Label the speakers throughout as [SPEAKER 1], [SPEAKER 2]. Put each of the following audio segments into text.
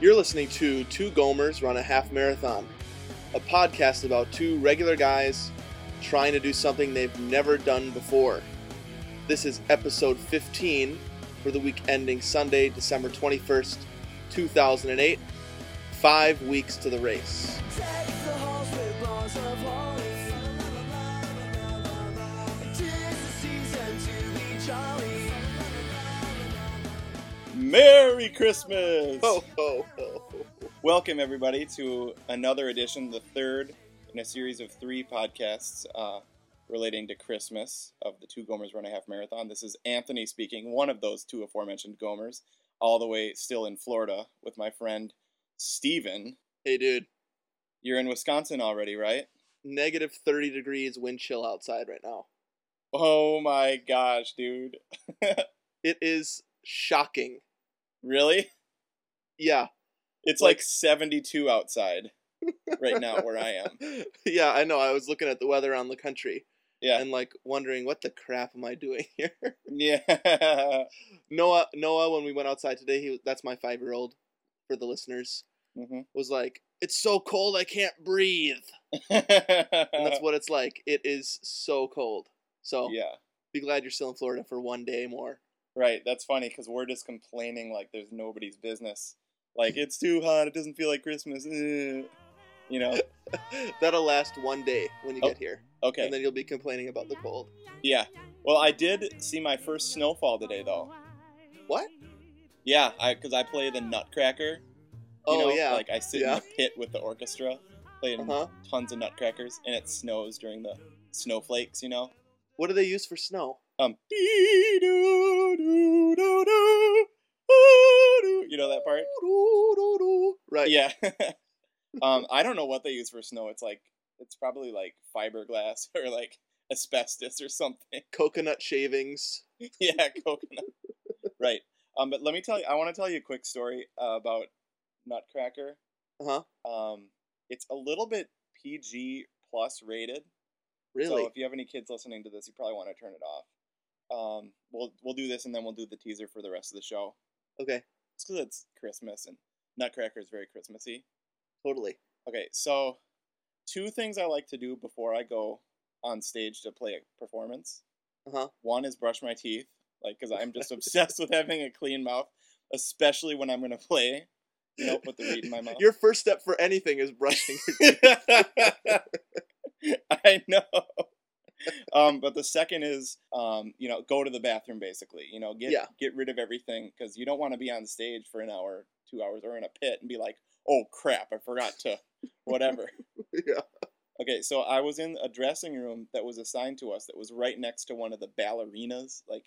[SPEAKER 1] You're listening to Two Gomers Run a Half Marathon, a podcast about two regular guys trying to do something they've never done before. This is episode 15 for the week ending Sunday, December 21st, 2008, five weeks to the race.
[SPEAKER 2] Merry Christmas!
[SPEAKER 1] Ho, ho, ho.
[SPEAKER 2] Oh, Welcome, everybody, to another edition, the third in a series of three podcasts uh, relating to Christmas of the Two Gomers Run a Half Marathon. This is Anthony speaking, one of those two aforementioned Gomers, all the way still in Florida with my friend Steven.
[SPEAKER 1] Hey, dude.
[SPEAKER 2] You're in Wisconsin already, right?
[SPEAKER 1] Negative 30 degrees wind chill outside right now.
[SPEAKER 2] Oh my gosh, dude.
[SPEAKER 1] It is shocking.
[SPEAKER 2] Really?
[SPEAKER 1] Yeah.
[SPEAKER 2] It's
[SPEAKER 1] Like-
[SPEAKER 2] like 72 outside right now where I am.
[SPEAKER 1] Yeah, I know. I was looking at the weather on the country
[SPEAKER 2] Yeah.
[SPEAKER 1] and like wondering what the crap am I doing here?
[SPEAKER 2] Yeah.
[SPEAKER 1] Noah Noah when we went outside today, he was- that's my 5-year-old for the listeners,
[SPEAKER 2] Mhm.
[SPEAKER 1] was like, "It's so cold I can't breathe." And that's what it's like. It is so cold. So,
[SPEAKER 2] Uh-huh. yeah.
[SPEAKER 1] be glad you're still in Florida for one day more.
[SPEAKER 2] Right, that's funny because we're just complaining like there's nobody's business. Like it's too hot, it doesn't feel like Christmas. eh. You know?
[SPEAKER 1] That'll last one day when you
[SPEAKER 2] Oh,
[SPEAKER 1] get here.
[SPEAKER 2] Okay.
[SPEAKER 1] And then you'll be complaining about the cold.
[SPEAKER 2] yeah. Well, I did see my first snowfall today though.
[SPEAKER 1] What?
[SPEAKER 2] Yeah, I because I play the Nutcracker. You
[SPEAKER 1] Oh,
[SPEAKER 2] know,
[SPEAKER 1] yeah.
[SPEAKER 2] Like I sit
[SPEAKER 1] Yeah.
[SPEAKER 2] in the pit with the orchestra, playing
[SPEAKER 1] Uh-huh.
[SPEAKER 2] tons of Nutcrackers, and it snows during the snowflakes. You know.
[SPEAKER 1] What do they use for snow?
[SPEAKER 2] Um. You know that part?
[SPEAKER 1] Right.
[SPEAKER 2] Yeah. um, I don't know what they use for snow. It's like it's probably like fiberglass or like asbestos or something.
[SPEAKER 1] Coconut shavings.
[SPEAKER 2] yeah, coconut. right. Um, but let me tell you. I want to tell you a quick story uh, about Nutcracker.
[SPEAKER 1] Uh-huh.
[SPEAKER 2] Um, it's a little bit PG plus rated.
[SPEAKER 1] Really?
[SPEAKER 2] So if you have any kids listening to this, you probably want to turn it off. Um, we'll we'll do this and then we'll do the teaser for the rest of the show.
[SPEAKER 1] okay.
[SPEAKER 2] It's because it's Christmas and Nutcracker is very Christmassy.
[SPEAKER 1] Totally.
[SPEAKER 2] Okay, so two things I like to do before I go on stage to play a performance.
[SPEAKER 1] Uh-huh.
[SPEAKER 2] One is brush my teeth, like because I'm just obsessed with having a clean mouth, especially when I'm gonna play. You know, put the weed in my mouth.
[SPEAKER 1] Your first step for anything is brushing your
[SPEAKER 2] I know. Um, but the second is, um, you know, go to the bathroom basically. You know, get
[SPEAKER 1] Yeah.
[SPEAKER 2] get rid of everything because you don't want to be on stage for an hour, two hours, or in a pit and be like, oh crap, I forgot to, whatever.
[SPEAKER 1] Yeah.
[SPEAKER 2] Okay, so I was in a dressing room that was assigned to us that was right next to one of the ballerinas, like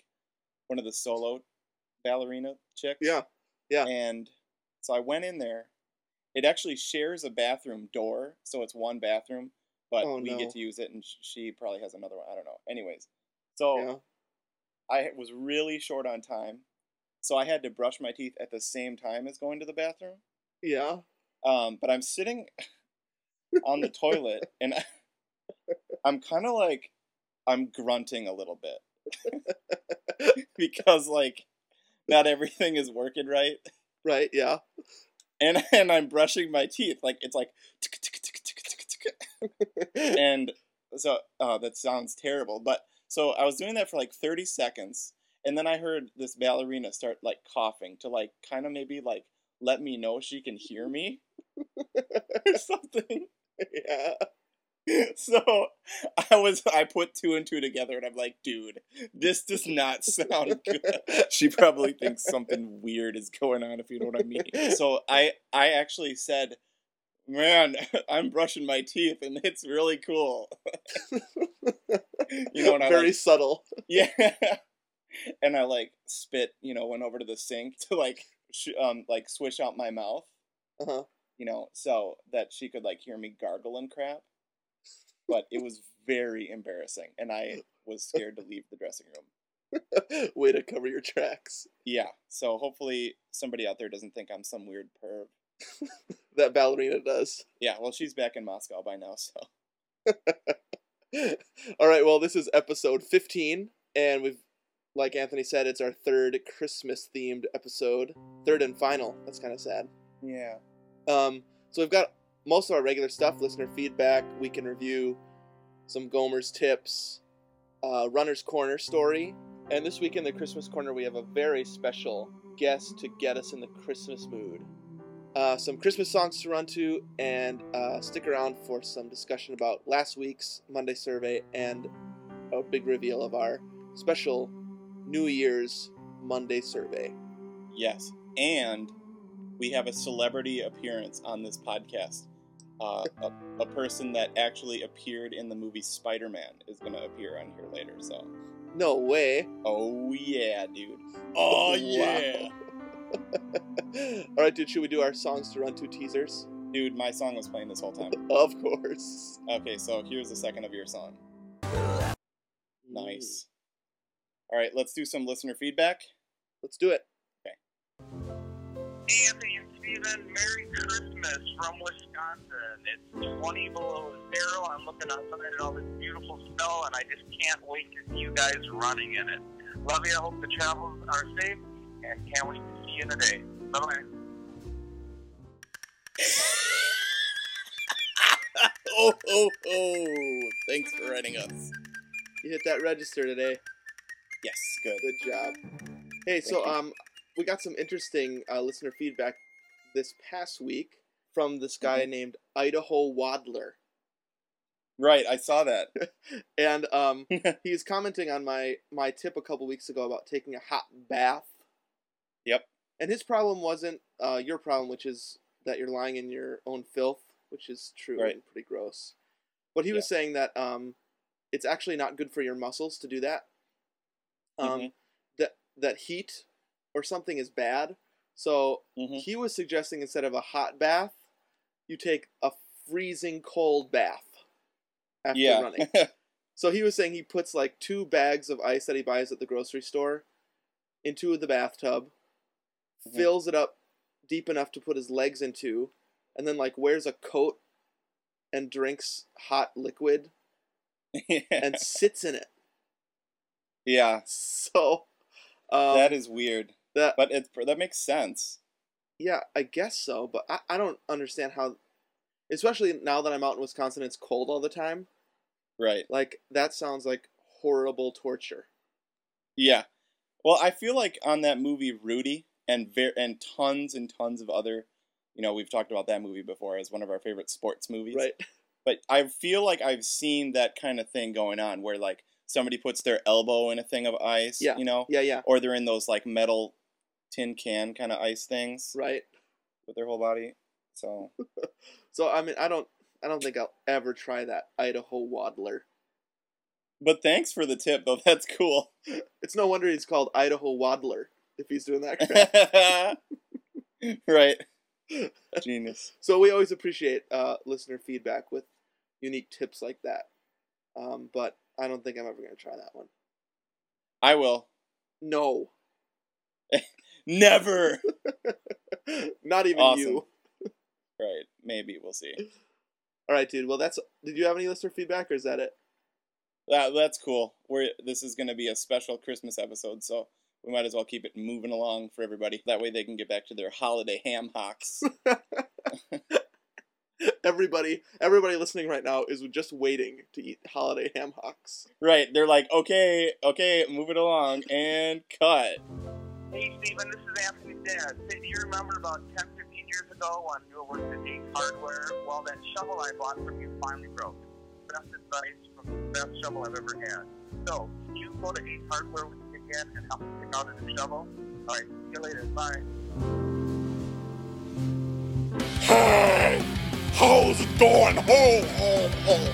[SPEAKER 2] one of the solo ballerina chicks.
[SPEAKER 1] Yeah, yeah.
[SPEAKER 2] And so I went in there. It actually shares a bathroom door, so it's one bathroom, but
[SPEAKER 1] Oh,
[SPEAKER 2] we
[SPEAKER 1] no.
[SPEAKER 2] get to use it, and sh- she probably has another one. I don't know. Anyways, so
[SPEAKER 1] Yeah.
[SPEAKER 2] I was really short on time, so I had to brush my teeth at the same time as going to the bathroom.
[SPEAKER 1] Yeah.
[SPEAKER 2] Um, but I'm sitting on the toilet and I, I'm kind of like I'm grunting a little bit because like not everything is working right,
[SPEAKER 1] Right. Yeah.
[SPEAKER 2] and and I'm brushing my teeth like it's like tick, tick, tick, tick, tick, tick. and so uh, that sounds terrible, but so I was doing that for like 30 seconds, and then I heard this ballerina start like coughing to like kind of maybe like let me know she can hear me or something.
[SPEAKER 1] yeah.
[SPEAKER 2] so I was I put two and two together and I'm like, dude, this does not sound good. she probably thinks something weird is going on if you know what I mean. So I I actually said, Man, I'm brushing my teeth and it's really cool. you know what I
[SPEAKER 1] Very
[SPEAKER 2] like,
[SPEAKER 1] subtle.
[SPEAKER 2] Yeah. And I like spit, you know, went over to the sink to like sh- um like swish out my mouth
[SPEAKER 1] Uh-huh.
[SPEAKER 2] you know, so that she could like hear me gargle and crap. But it was very embarrassing, and I was scared to leave the dressing room.
[SPEAKER 1] Way to cover your tracks.
[SPEAKER 2] Yeah, so hopefully somebody out there doesn't think I'm some weird perv.
[SPEAKER 1] That ballerina does.
[SPEAKER 2] Yeah, well, she's back in Moscow by now, so
[SPEAKER 1] All right. Well, this is episode 15, and we've, like Anthony said, it's our third Christmas themed episode. Third and final. That's kind of sad.
[SPEAKER 2] Yeah.
[SPEAKER 1] Um, so we've got most of our regular stuff: listener feedback, week in review, some Gomer's tips, uh, runner's corner story, and this week in the Christmas corner we have a very special guest to get us in the Christmas mood. Uh, some Christmas songs to run to, and uh, stick around for some discussion about last week's Monday survey and a big reveal of our special New Year's Monday survey.
[SPEAKER 2] Yes. And we have a celebrity appearance on this podcast. Uh, a, a person that actually appeared in the movie Spider Man is going to appear on here later. So,
[SPEAKER 1] No way.
[SPEAKER 2] oh yeah, dude.
[SPEAKER 1] Wow.
[SPEAKER 2] Oh yeah.
[SPEAKER 1] All right, dude, should we do our songs to run to teasers?
[SPEAKER 2] Dude, my song was playing this whole time.
[SPEAKER 1] Of course.
[SPEAKER 2] Okay, so here's a second of your song. Nice. All right, let's do some listener feedback.
[SPEAKER 1] Let's do it.
[SPEAKER 3] Hey, Anthony and Steven, Merry Christmas from Wisconsin. It's 20 below zero. I'm looking outside at all this beautiful snow, and I just can't wait to see you guys running in it. Love you. I hope the travels are safe, and can't wait to see you in a day. Bye bye.
[SPEAKER 2] Oh, oh, oh. Thanks for writing us.
[SPEAKER 1] You hit that register today.
[SPEAKER 2] Yes, good.
[SPEAKER 1] Good job. Hey, so
[SPEAKER 2] Thank you.
[SPEAKER 1] um, we got some interesting uh, listener feedback this past week from this guy
[SPEAKER 2] Mm-hmm.
[SPEAKER 1] named Idaho Waddler.
[SPEAKER 2] Right, I saw that.
[SPEAKER 1] and um, he's commenting on my my tip a couple weeks ago about taking a hot bath.
[SPEAKER 2] Yep.
[SPEAKER 1] And his problem wasn't uh, your problem, which is that you're lying in your own filth, which is true
[SPEAKER 2] Right.
[SPEAKER 1] and pretty gross. But he was saying that um, it's actually not good for your muscles to do that. Um,
[SPEAKER 2] Mhm.
[SPEAKER 1] That that heat or something is bad. So
[SPEAKER 2] Mhm.
[SPEAKER 1] he was suggesting instead of a hot bath, you take a freezing cold bath after
[SPEAKER 2] Yeah.
[SPEAKER 1] running. So he was saying he puts like two bags of ice that he buys at the grocery store into the bathtub,
[SPEAKER 2] Mhm.
[SPEAKER 1] fills it up deep enough to put his legs into, and then like wears a coat and drinks hot liquid
[SPEAKER 2] Mm-hmm.
[SPEAKER 1] and sits in it.
[SPEAKER 2] yeah,
[SPEAKER 1] So um,
[SPEAKER 2] that is weird,
[SPEAKER 1] that
[SPEAKER 2] but it that makes sense.
[SPEAKER 1] yeah, I guess so, but I, I don't understand how especially now that I'm out in Wisconsin it's cold all the time.
[SPEAKER 2] Right.
[SPEAKER 1] Like that sounds like horrible torture.
[SPEAKER 2] Yeah. Well, I feel like on that movie Rudy and ver- and tons and tons of other, you know, we've talked about that movie before as one of our favorite sports movies.
[SPEAKER 1] Right.
[SPEAKER 2] But I feel like I've seen that kind of thing going on where like somebody puts their elbow in a thing of ice,
[SPEAKER 1] Yeah.
[SPEAKER 2] you know,
[SPEAKER 1] Yeah, yeah.
[SPEAKER 2] or they're in those like metal tin can kind of ice things
[SPEAKER 1] Right.
[SPEAKER 2] with their whole body. So,
[SPEAKER 1] So I mean, I don't, I don't think I'll ever try that Idaho waddler.
[SPEAKER 2] but thanks for the tip though. That's cool.
[SPEAKER 1] It's no wonder he's called Idaho waddler if he's doing that. crap.
[SPEAKER 2] right. Genius.
[SPEAKER 1] so we always appreciate uh, listener feedback with unique tips like that. Um, but I don't think I'm ever gonna try that one.
[SPEAKER 2] I will.
[SPEAKER 1] No,
[SPEAKER 2] Never.
[SPEAKER 1] not even
[SPEAKER 2] Awesome.
[SPEAKER 1] you.
[SPEAKER 2] Right. Maybe we'll see.
[SPEAKER 1] All right, dude. Well, that's. Did you have any listener feedback, or is that it?
[SPEAKER 2] That that's cool. We're this is going to be a special Christmas episode, so we might as well keep it moving along for everybody. That way they can get back to their holiday ham hocks.
[SPEAKER 1] Everybody, everybody listening right now is just waiting to eat holiday ham hocks.
[SPEAKER 2] right. They're like, "Okay, okay, move it along and cut."
[SPEAKER 3] Hey, Steven, this is Anthony's dad. Say, do you remember about 10, 15 years ago when you were working at Ace Hardware? Well, that shovel I bought from you finally broke. Best advice from the best shovel I've ever had. So, can you go to Ace Hardware with me again and help me pick out a new shovel? All right, see you later. Bye.
[SPEAKER 2] Hey, how's it going? Ho, ho, ho.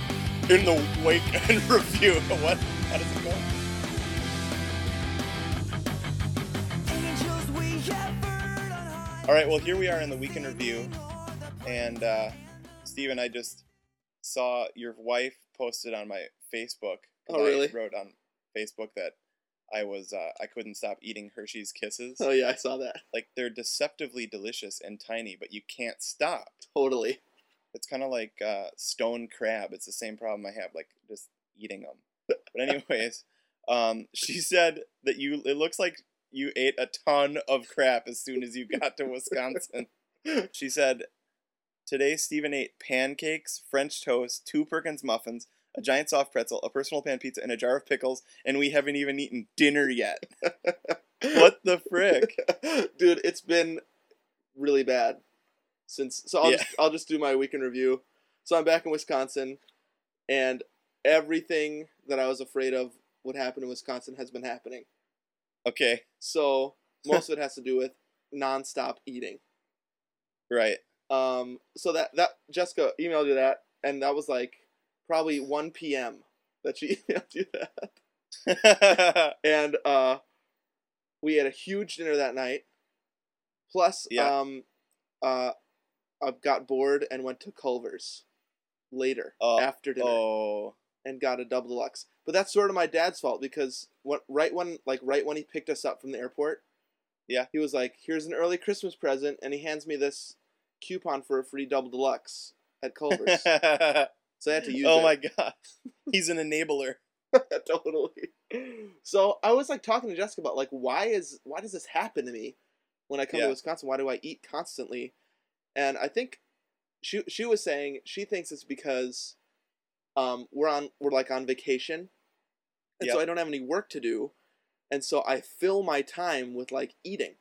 [SPEAKER 2] In the wake and review. What? How does it go? All right, well, here we are in the weekend review. And uh, Steven, I just saw your wife posted on my Facebook.
[SPEAKER 1] Oh, really?
[SPEAKER 2] I wrote on Facebook that I was uh, I couldn't stop eating Hershey's Kisses.
[SPEAKER 1] Oh yeah, I saw that.
[SPEAKER 2] Like they're deceptively delicious and tiny, but you can't stop.
[SPEAKER 1] Totally.
[SPEAKER 2] It's kind of like uh, stone crab. It's the same problem I have, like just eating them. But anyways, um, she said that you. It looks like you ate a ton of crap as soon as you got to Wisconsin. She said, Today Stephen ate pancakes, French toast, two Perkins muffins, a giant soft pretzel, a personal pan pizza, and a jar of pickles, and we haven't even eaten dinner yet. what the frick?
[SPEAKER 1] dude it's been really bad since so i'll,
[SPEAKER 2] Yeah.
[SPEAKER 1] just, I'll just do my weekend review so i'm back in wisconsin and everything that i was afraid of would happen in wisconsin has been happening
[SPEAKER 2] Okay,
[SPEAKER 1] so most of it has to do with nonstop eating
[SPEAKER 2] right.
[SPEAKER 1] um so that that jessica emailed you that and that was like probably 1 p.m that she emailed you that and uh, we had a huge dinner that night. Plus,
[SPEAKER 2] Yeah.
[SPEAKER 1] um, uh, I got bored and went to Culver's later
[SPEAKER 2] Oh,
[SPEAKER 1] after dinner
[SPEAKER 2] oh,
[SPEAKER 1] and got a double deluxe. But that's sort of my dad's fault because what right when like right when he picked us up from the airport,
[SPEAKER 2] Yeah.
[SPEAKER 1] he was like, "Here's an early Christmas present," and he hands me this coupon for a free double deluxe at Culver's. so I had to use.
[SPEAKER 2] oh
[SPEAKER 1] it.
[SPEAKER 2] my god, he's an enabler.
[SPEAKER 1] totally. So I was like talking to Jessica about like why is why does this happen to me when I come
[SPEAKER 2] Yeah.
[SPEAKER 1] to Wisconsin? Why do I eat constantly? And I think she she was saying she thinks it's because um, we're on we're like on vacation, and so
[SPEAKER 2] Yep.
[SPEAKER 1] I don't have any work to do, and so I fill my time with like eating.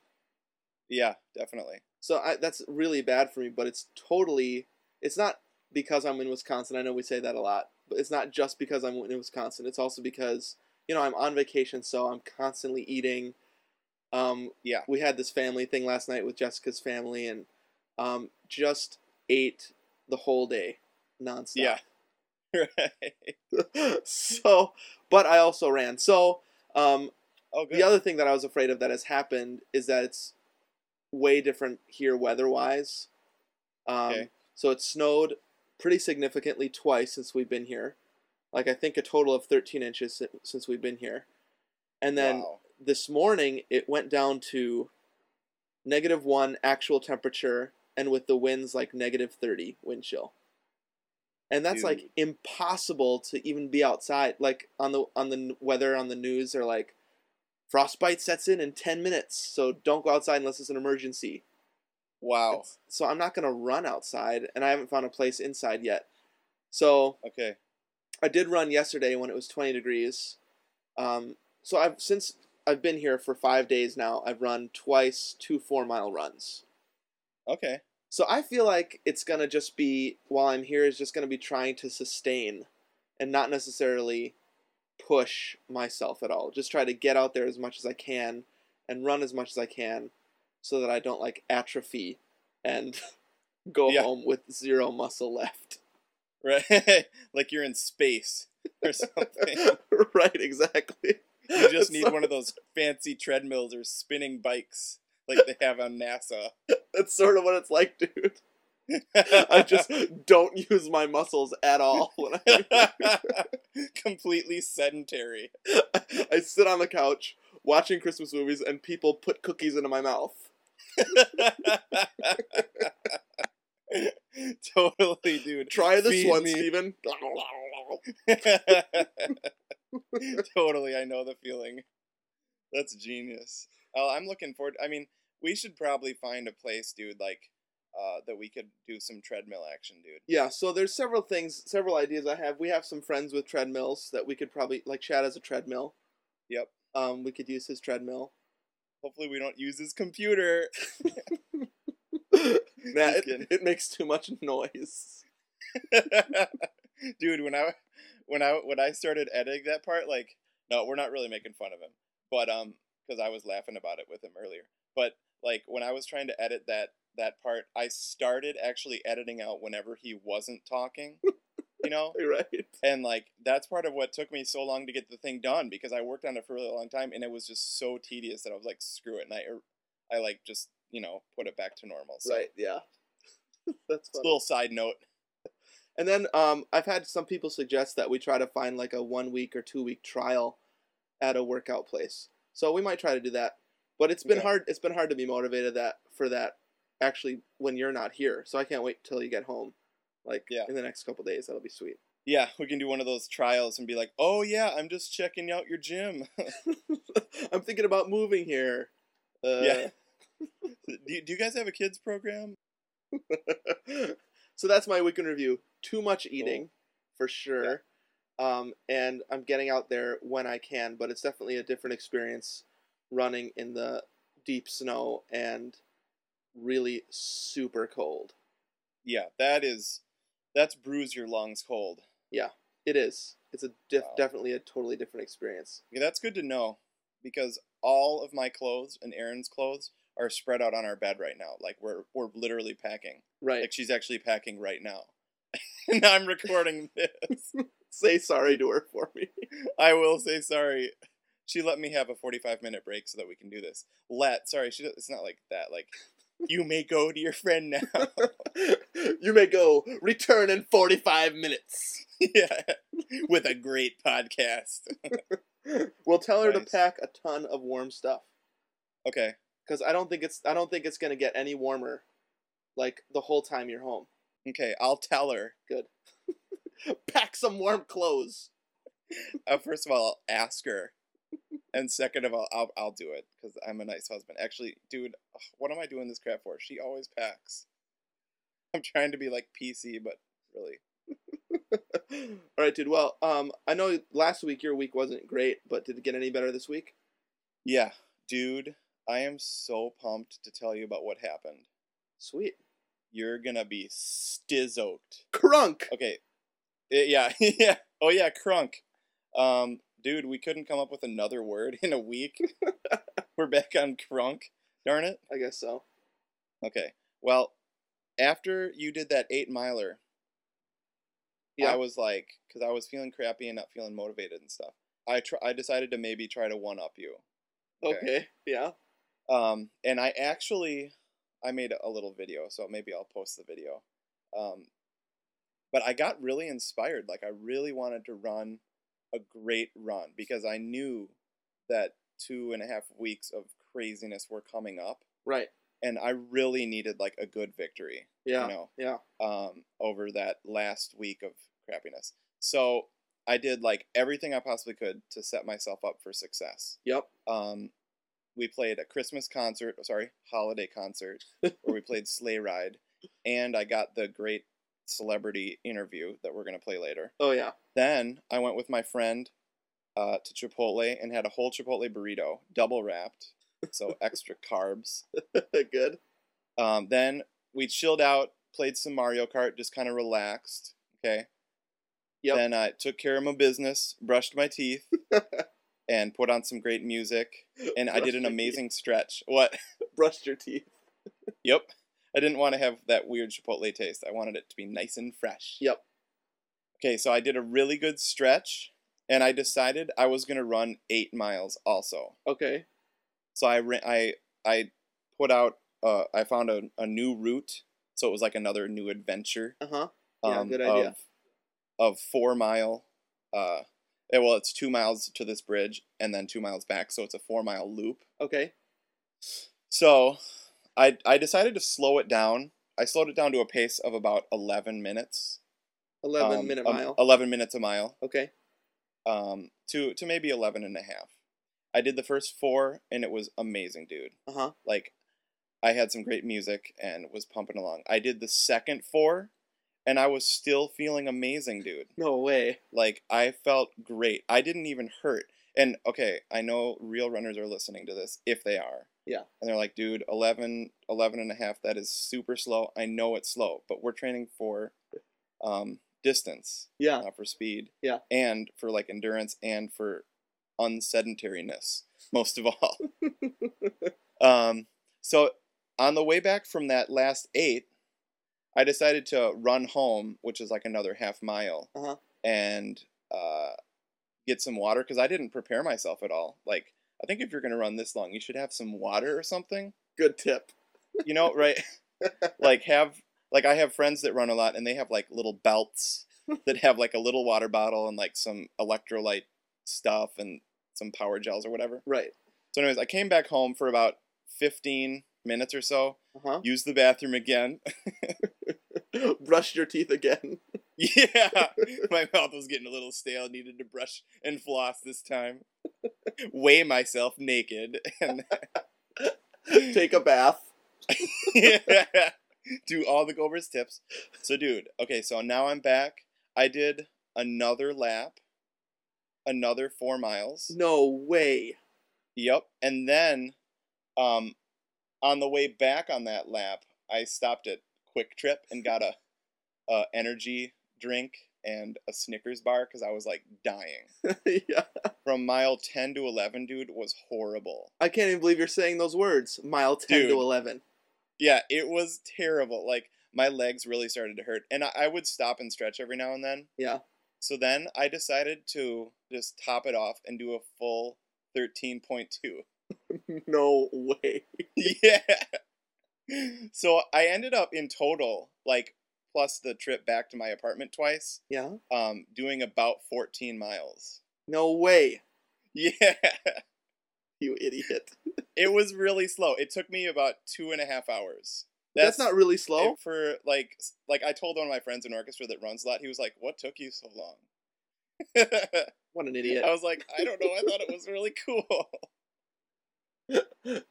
[SPEAKER 2] Yeah, definitely.
[SPEAKER 1] So I, that's really bad for me, but it's totally. It's not because I'm in Wisconsin. I know we say that a lot, but it's not just because I'm in Wisconsin. It's also because you know I'm on vacation, so I'm constantly eating. Um,
[SPEAKER 2] Yeah.
[SPEAKER 1] we had this family thing last night with Jessica's family, and um, just ate the whole day nonstop.
[SPEAKER 2] Yeah. right.
[SPEAKER 1] so, but I also ran. So, um,
[SPEAKER 2] Oh, good.
[SPEAKER 1] the other thing that I was afraid of that has happened is that it's way different here weather wise. Um,
[SPEAKER 2] Okay.
[SPEAKER 1] So it snowed pretty significantly twice since we've been here. Like, I think a total of 13 inches si- since we've been here. And then
[SPEAKER 2] Wow.
[SPEAKER 1] this morning it went down to negative one actual temperature and with the winds like negative 30 wind chill and that's like
[SPEAKER 2] Dude.
[SPEAKER 1] impossible to even be outside like on the on the n- weather on the news they're like frostbite sets in in 10 minutes so don't go outside unless it's an emergency
[SPEAKER 2] wow.
[SPEAKER 1] so i'm not going to run outside and i haven't found a place inside yet so
[SPEAKER 2] Okay.
[SPEAKER 1] I did run yesterday when it was 20 degrees. Um, so I've since I've been here for five days now. I've run twice two four mile runs.
[SPEAKER 2] Okay.
[SPEAKER 1] So I feel like it's gonna just be while I'm here is just gonna be trying to sustain, and not necessarily push myself at all. Just try to get out there as much as I can, and run as much as I can, so that I don't like atrophy, and go
[SPEAKER 2] Yeah.
[SPEAKER 1] home with zero muscle left.
[SPEAKER 2] Right. like you're in space or something.
[SPEAKER 1] right, exactly.
[SPEAKER 2] You just need one of those fancy treadmills or spinning bikes like they have on NASA.
[SPEAKER 1] That's sort of what it's like, dude. I just don't use my muscles at all. When I,
[SPEAKER 2] completely sedentary.
[SPEAKER 1] I sit on the couch watching Christmas movies and people put cookies into my mouth.
[SPEAKER 2] totally, dude.
[SPEAKER 1] Try this
[SPEAKER 2] Feed
[SPEAKER 1] one,
[SPEAKER 2] me.
[SPEAKER 1] Steven.
[SPEAKER 2] totally, I know the feeling. That's genius. Oh, I'm looking forward. I mean, we should probably find a place, dude, like uh, that we could do some treadmill action, dude.
[SPEAKER 1] Yeah, so there's several things, several ideas I have. We have some friends with treadmills that we could probably like Chad has a treadmill.
[SPEAKER 2] Yep.
[SPEAKER 1] Um, we could use his treadmill.
[SPEAKER 2] Hopefully, we don't use his computer.
[SPEAKER 1] Nah,
[SPEAKER 2] Just
[SPEAKER 1] it,
[SPEAKER 2] kidding.
[SPEAKER 1] it makes too much noise.
[SPEAKER 2] dude when i when i when i started editing that part like no we're not really making fun of him but um because i was laughing about it with him earlier but like when i was trying to edit that that part i started actually editing out whenever he wasn't talking you know
[SPEAKER 1] Right.
[SPEAKER 2] and like that's part of what took me so long to get the thing done because i worked on it for a really long time and it was just so tedious that i was like screw it and i er- i like just you know put it back to normal so
[SPEAKER 1] Right, yeah. That's funny.
[SPEAKER 2] little side note
[SPEAKER 1] And then um, I've had some people suggest that we try to find like a one week or two week trial at a workout place. So we might try to do that. But it's been
[SPEAKER 2] Okay.
[SPEAKER 1] hard. It's been hard to be motivated that for that actually when you're not here. So I can't wait till you get home, like
[SPEAKER 2] Yeah.
[SPEAKER 1] in the next couple days. That'll be sweet.
[SPEAKER 2] Yeah, we can do one of those trials and be like, "Oh yeah, I'm just checking out your gym."
[SPEAKER 1] I'm thinking about moving here. Uh,
[SPEAKER 2] yeah. do, you- do you guys have a kids program?
[SPEAKER 1] so that's my week in review. Too much eating, for sure. Um, and I'm getting out there when I can, but it's definitely a different experience running in the deep snow and really super cold.
[SPEAKER 2] Yeah, that is that's bruise your lungs cold.
[SPEAKER 1] It is. It's a diff-
[SPEAKER 2] Wow.
[SPEAKER 1] definitely a totally different experience.
[SPEAKER 2] Yeah, that's good to know because all of my clothes and Aaron's clothes are spread out on our bed right now. Like we're we're literally packing.
[SPEAKER 1] Right.
[SPEAKER 2] Like she's actually packing right now. and I'm recording this.
[SPEAKER 1] Say sorry to her for me.
[SPEAKER 2] I will say sorry. She let me have a 45 minute break so that we can do this. Let, sorry, she, it's not like that. Like, you may go to your friend now.
[SPEAKER 1] you may go. Return in 45 minutes.
[SPEAKER 2] yeah. With a great podcast.
[SPEAKER 1] We'll tell her
[SPEAKER 2] Nice.
[SPEAKER 1] to pack a ton of warm stuff
[SPEAKER 2] Okay.
[SPEAKER 1] because I don't think it's I don't think it's gonna get any warmer, like the whole time you're home.
[SPEAKER 2] Okay. I'll tell her.
[SPEAKER 1] Pack some warm clothes.
[SPEAKER 2] Uh, first of all, I'll ask her, and second of all, I'll I'll do it because I'm a nice husband. Actually, dude, ugh, what am I doing this crap for? She always packs. I'm trying to be like PC, but really,
[SPEAKER 1] All right, dude. Well, um, I know last week your week wasn't great, but did it get any better this week?
[SPEAKER 2] yeah, dude, I am so pumped to tell you about what happened.
[SPEAKER 1] Sweet.
[SPEAKER 2] You're gonna be stizzoked.
[SPEAKER 1] Crunk.
[SPEAKER 2] Okay, Eh, yeah, yeah, oh yeah, crunk. Um, dude, we couldn't come up with another word in a week. We're back on crunk. Darn it.
[SPEAKER 1] I guess so.
[SPEAKER 2] Okay. Well, after you did that eight miler,
[SPEAKER 1] Yeah.
[SPEAKER 2] I was like, because I was feeling crappy and not feeling motivated and stuff. I tr- I decided to maybe try to one up you.
[SPEAKER 1] Okay.
[SPEAKER 2] Okay.
[SPEAKER 1] Yeah.
[SPEAKER 2] Um, and I actually, I made a little video, so maybe I'll post the video. Um, but I got really inspired. Like I really wanted to run a great run because I knew that two and a half weeks of craziness were coming up,
[SPEAKER 1] Right.
[SPEAKER 2] and I really needed like a good victory
[SPEAKER 1] Yeah.
[SPEAKER 2] you know,
[SPEAKER 1] Yeah.
[SPEAKER 2] um, over that last week of crappiness. So I did like everything I possibly could to set myself up for success.
[SPEAKER 1] Yep.
[SPEAKER 2] Um, we played a Christmas concert, sorry, holiday concert, where we played Sleigh Ride, and I got the great celebrity interview that we're gonna play later.
[SPEAKER 1] Oh yeah.
[SPEAKER 2] Then I went with my friend uh, to Chipotle and had a whole Chipotle burrito, double wrapped, so extra carbs.
[SPEAKER 1] Good.
[SPEAKER 2] Um, then we chilled out, played some Mario Kart, just kind of relaxed. Okay.
[SPEAKER 1] Yep.
[SPEAKER 2] Then I took care of my business, brushed my teeth, and put on some great music. And I did an
[SPEAKER 1] Brushed your
[SPEAKER 2] amazing stretch. What?
[SPEAKER 1] Brushed your teeth.
[SPEAKER 2] yep. I didn't want to have that weird Chipotle taste. I wanted it to be nice and fresh.
[SPEAKER 1] Yep.
[SPEAKER 2] Okay, so I did a really good stretch, and I decided I was going to run eight miles also.
[SPEAKER 1] Okay.
[SPEAKER 2] So I ran, I I put out uh, I found a, a new route, so it was like another new adventure. um,
[SPEAKER 1] Uh huh. Yeah, good idea.
[SPEAKER 2] Of, of four mile, uh, eh, well, it's two miles to this bridge and then two miles back, so it's a four mile loop.
[SPEAKER 1] Okay.
[SPEAKER 2] So, I I decided to slow it down. I slowed it down to a pace of about eleven minutes.
[SPEAKER 1] Eleven
[SPEAKER 2] um,
[SPEAKER 1] minute
[SPEAKER 2] um,
[SPEAKER 1] mile.
[SPEAKER 2] Eleven minutes a mile.
[SPEAKER 1] okay.
[SPEAKER 2] Um, to to maybe 11 and a half. I did the first four and it was amazing, dude.
[SPEAKER 1] Uh huh.
[SPEAKER 2] like I had some great music and was pumping along. I did the second four and I was still feeling amazing, dude.
[SPEAKER 1] No way.
[SPEAKER 2] Like I felt great. I didn't even hurt. And okay, I know real runners are listening to this if they are.
[SPEAKER 1] Yeah.
[SPEAKER 2] And they're like, dude, 11, 11 and a half, that is super slow. I know it's slow, but we're training for um, distance,
[SPEAKER 1] Yeah.
[SPEAKER 2] not Uh, for speed.
[SPEAKER 1] Yeah.
[SPEAKER 2] And for like endurance and for unsedentariness, most of all. um, so on the way back from that last eight, I decided to run home, which is like another half mile,
[SPEAKER 1] Uh-huh.
[SPEAKER 2] and uh, get some water because I didn't prepare myself at all. Like, I think if you're going to run this long, you should have some water or something.
[SPEAKER 1] Good tip.
[SPEAKER 2] You know, right? like, have, like, I have friends that run a lot and they have like little belts that have like a little water bottle and like some electrolyte stuff and some power gels or whatever.
[SPEAKER 1] Right.
[SPEAKER 2] So, anyways, I came back home for about 15 minutes or so,
[SPEAKER 1] Uh
[SPEAKER 2] used the bathroom again.
[SPEAKER 1] huh. Brushed your teeth again.
[SPEAKER 2] yeah, my mouth was getting a little stale, needed to brush and floss this time. Weigh myself naked. And
[SPEAKER 1] Take a bath.
[SPEAKER 2] yeah. do all the Gobert's tips. So, dude, okay, so now I'm back. I did another lap, another four miles.
[SPEAKER 1] No way.
[SPEAKER 2] Yep. And then um, on the way back on that lap, I stopped at Quick Trip and got a, a energy drink and a Snickers bar because I was like dying.
[SPEAKER 1] yeah.
[SPEAKER 2] From mile 10 to 11, dude, was horrible.
[SPEAKER 1] I can't even believe you're saying those words. Mile 10
[SPEAKER 2] Dude.
[SPEAKER 1] to 11.
[SPEAKER 2] Yeah, it was terrible. Like my legs really started to hurt, and I, I would stop and stretch every now and then.
[SPEAKER 1] Yeah.
[SPEAKER 2] So then I decided to just top it off and do a full thirteen point two.
[SPEAKER 1] No way.
[SPEAKER 2] yeah. So I ended up in total, like plus the trip back to my apartment twice,
[SPEAKER 1] Yeah.
[SPEAKER 2] um, doing about fourteen miles.
[SPEAKER 1] No way.
[SPEAKER 2] Yeah.
[SPEAKER 1] You idiot.
[SPEAKER 2] It was really slow. It took me about two and a half hours.
[SPEAKER 1] That's, not really slow.
[SPEAKER 2] And for like s- like I told one of my friends in orchestra that runs a lot. He was like, "What took you so long?" I
[SPEAKER 1] What an idiot.
[SPEAKER 2] was like, "I don't know. I thought it was really cool."
[SPEAKER 1] Oh,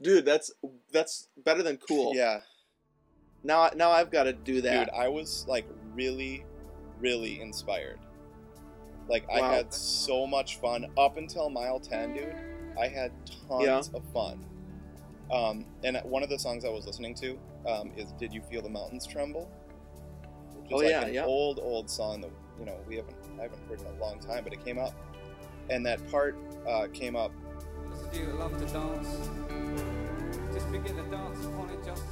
[SPEAKER 1] Dude, that's that's better than cool.
[SPEAKER 2] Yeah,
[SPEAKER 1] Now now I've got to do that.
[SPEAKER 2] dude, I was like really, really inspired. Like
[SPEAKER 1] Wow.
[SPEAKER 2] I had so much fun up until mile ten, dude. I had tons
[SPEAKER 1] Yeah.
[SPEAKER 2] of fun. Um, and one of the songs I was listening to um, is "Did You Feel the Mountains Tremble?" Which is
[SPEAKER 1] Oh,
[SPEAKER 2] like
[SPEAKER 1] yeah,
[SPEAKER 2] an
[SPEAKER 1] yeah.
[SPEAKER 2] old, old song that you know we haven't I haven't heard in a long time, but it came up, and that part uh, came up
[SPEAKER 4] Those of you that love to dance, just begin to dance upon injustice.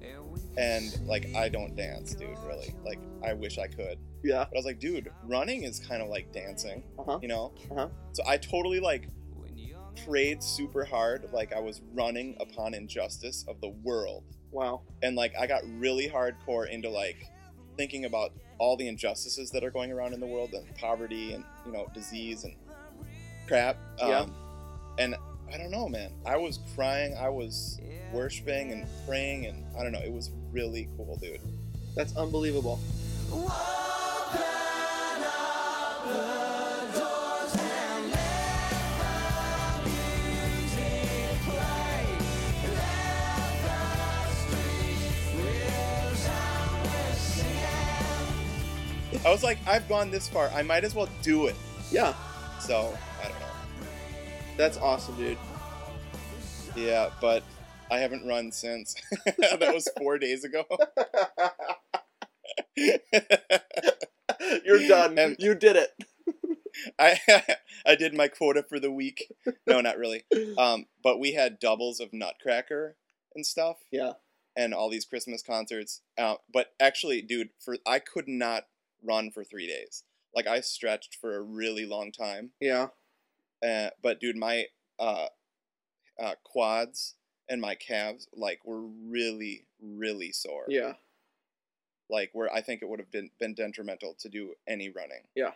[SPEAKER 4] Here we
[SPEAKER 2] and like I don't dance, dude. Really, like I wish I could.
[SPEAKER 1] yeah.
[SPEAKER 2] But I was like, dude, running is kind of like dancing,
[SPEAKER 1] Uh-huh.
[SPEAKER 2] you know?
[SPEAKER 1] Uh-huh.
[SPEAKER 2] So I totally like
[SPEAKER 4] when young
[SPEAKER 2] prayed super hard, like I was running upon injustice of the world,
[SPEAKER 1] Wow.
[SPEAKER 2] and like I got really hardcore into like thinking about all the injustices that are going around in the world and poverty and you know disease and crap. Um,
[SPEAKER 1] Yeah.
[SPEAKER 2] And I don't know, man. I was crying. I was worshiping and praying, and I don't know. It was really cool, dude.
[SPEAKER 1] That's unbelievable.
[SPEAKER 2] I was like, I've gone this far. I might as well do it.
[SPEAKER 1] Yeah.
[SPEAKER 2] So I don't know.
[SPEAKER 1] That's awesome, dude.
[SPEAKER 2] Yeah, but I haven't run since. that was four days ago.
[SPEAKER 1] You're done.
[SPEAKER 2] And-
[SPEAKER 1] you did it.
[SPEAKER 2] I I did my quota for the week. No, not really. Um, but we had doubles of Nutcracker and stuff.
[SPEAKER 1] Yeah.
[SPEAKER 2] And all these Christmas concerts. Uh, but actually, dude, for I could not run for three days. Like I stretched for a really long time.
[SPEAKER 1] Yeah.
[SPEAKER 2] Uh, but dude, my uh, uh, quads and my calves like were really, really sore.
[SPEAKER 1] Yeah.
[SPEAKER 2] like where I think it would have been been detrimental to do any running.
[SPEAKER 1] Yeah.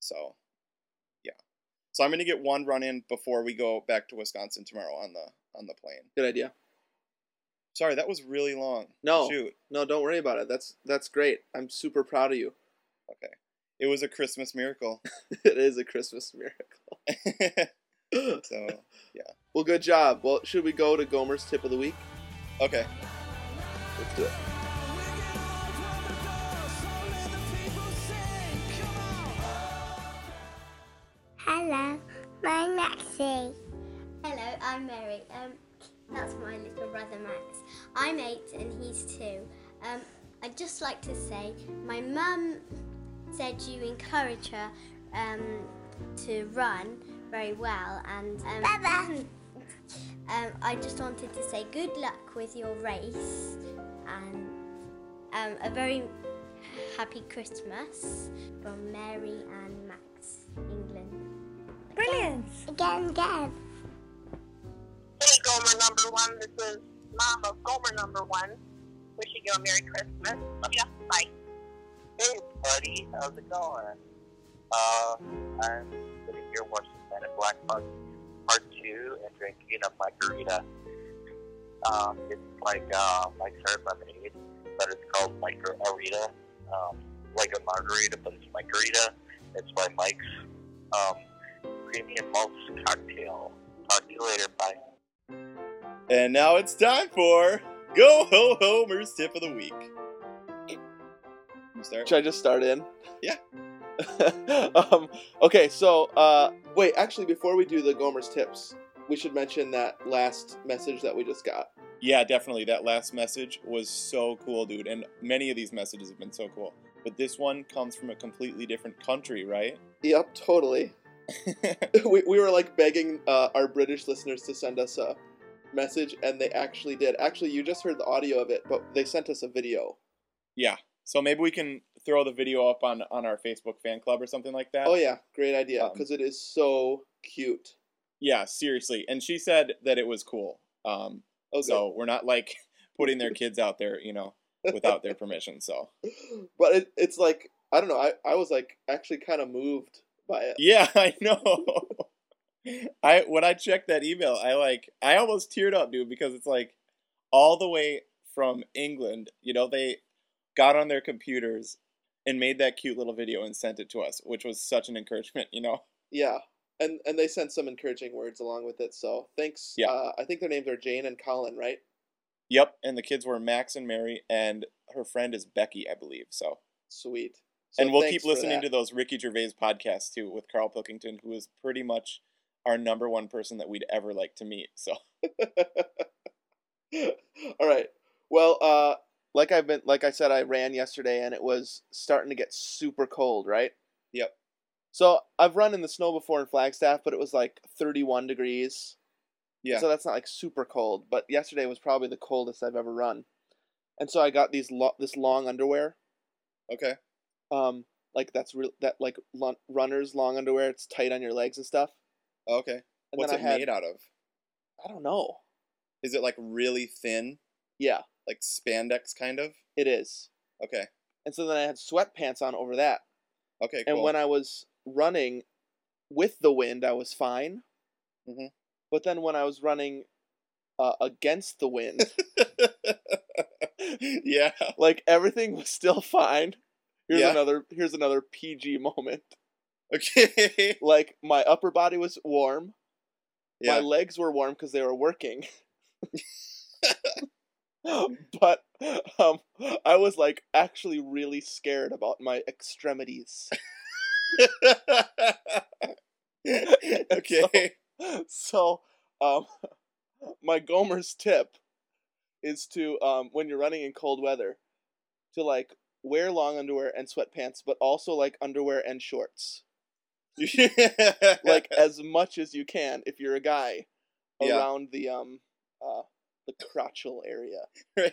[SPEAKER 2] So, yeah. So I'm gonna get one run in before we go back to Wisconsin tomorrow on the on the plane.
[SPEAKER 1] Good idea.
[SPEAKER 2] Sorry, that was really long.
[SPEAKER 1] No.
[SPEAKER 2] Shoot.
[SPEAKER 1] No, don't worry about it. That's that's great. I'm super proud of you.
[SPEAKER 2] Okay. It was a Christmas miracle.
[SPEAKER 1] it is a Christmas miracle.
[SPEAKER 2] so
[SPEAKER 1] well, good job. Well, should we go to Gomer's tip of the week?
[SPEAKER 2] okay.
[SPEAKER 1] Let's do it.
[SPEAKER 5] Hello, my Maxie. Hello, I'm Mary. Um, that's my little brother Max. I'm eight and he's two. Um, I'd just like to say my mum said you encourage her um, to run very well, and um, um, I just wanted to say good luck with your race and um, a very happy Christmas from Mary and Max, England. Brilliant. Again, again.
[SPEAKER 3] Hey, Gomer number one. This is mom of Gomer number one. Wishing you a Merry Christmas. Love ya. Bye. Hey, buddy. How's it going? Uh, I'm sitting here watching Man in Black Part, part 2 and drinking a margarita. Um, it's like, uh, like hard lemonade, but it's called margarita. Um, like a margarita, but it's margarita. It's by Mike's, um, premium malt cocktail. Talk to you later. Bye.
[SPEAKER 2] And now it's time for Go Ho Homer's Tip of the Week. You Start.
[SPEAKER 1] Should I just start in?
[SPEAKER 2] Yeah.
[SPEAKER 1] um, okay, so uh, wait, actually, before we do the Gomer's tips, we should mention that last message that we just got.
[SPEAKER 2] Yeah, definitely. That last message was so cool, dude. And many of these messages have been so cool. But this one comes from a completely different country, right?
[SPEAKER 1] Yep, totally. we, we were like begging uh, our British listeners to send us a message, and they actually did. Actually, you just heard the audio of it, but they sent us a video.
[SPEAKER 2] yeah. So maybe we can throw the video up on, on our Facebook fan club or something like that.
[SPEAKER 1] Oh, yeah, great idea,
[SPEAKER 2] Um,
[SPEAKER 1] because it is so cute.
[SPEAKER 2] Yeah, seriously. And she said that it was cool. Um,
[SPEAKER 1] Oh, good.
[SPEAKER 2] So we're not like putting their kids out there, you know, without their permission. So
[SPEAKER 1] but it, it's like, I don't know, I, I was like actually kind of moved by it.
[SPEAKER 2] yeah, I know. I when I checked that email, I like I almost teared up, dude, because it's like all the way from England. You know, they got on their computers and made that cute little video and sent it to us, which was such an encouragement. You know,
[SPEAKER 1] Yeah, and and they sent some encouraging words along with it. So thanks.
[SPEAKER 2] Yeah.
[SPEAKER 1] Uh, I think their names are Jane and Colin, right?
[SPEAKER 2] yep. And the kids were Max and Mary, and her friend is Becky, I believe. So
[SPEAKER 1] Sweet.
[SPEAKER 2] and we'll keep listening to those Ricky Gervais podcasts too with Carl Pilkington, who is pretty much our number one person that we'd ever like to meet. So
[SPEAKER 1] to. All right. Well, uh, like I've been, like I said, I ran yesterday, and it was starting to get super cold, right?
[SPEAKER 2] Yep.
[SPEAKER 1] So I've run in the snow before in Flagstaff, but it was like 31 degrees.
[SPEAKER 2] Yeah.
[SPEAKER 1] So that's not like super cold, but yesterday was probably the coldest I've ever run. And so I got these lo- this long underwear
[SPEAKER 2] okay,
[SPEAKER 1] um like that's real that like lun- runners long underwear it's tight on your legs and stuff
[SPEAKER 2] okay.
[SPEAKER 1] and
[SPEAKER 2] What's
[SPEAKER 1] then
[SPEAKER 2] it
[SPEAKER 1] i had
[SPEAKER 2] made out of?
[SPEAKER 1] i don't know
[SPEAKER 2] Is it like really thin,
[SPEAKER 1] yeah
[SPEAKER 2] like spandex kind of?
[SPEAKER 1] it is
[SPEAKER 2] Okay,
[SPEAKER 1] and so then i had sweatpants on over that
[SPEAKER 2] okay, cool.
[SPEAKER 1] and when i was running with the wind i was fine
[SPEAKER 2] Mhm.
[SPEAKER 1] but then when i was running uh, against the wind
[SPEAKER 2] yeah,
[SPEAKER 1] like everything was still fine here's
[SPEAKER 2] Yeah.
[SPEAKER 1] another here's another pg moment
[SPEAKER 2] okay,
[SPEAKER 1] like my upper body was warm
[SPEAKER 2] yeah,
[SPEAKER 1] My legs were warm because they were working. but um, I was like actually really scared about my extremities.
[SPEAKER 2] okay.
[SPEAKER 1] So um, my Gomer's tip is to um, when you're running in cold weather, to like wear long underwear and sweatpants, but also like underwear and shorts, like as much as you can if you're a guy,
[SPEAKER 2] Yeah.
[SPEAKER 1] around the um uh, the crotchal area.
[SPEAKER 2] Right.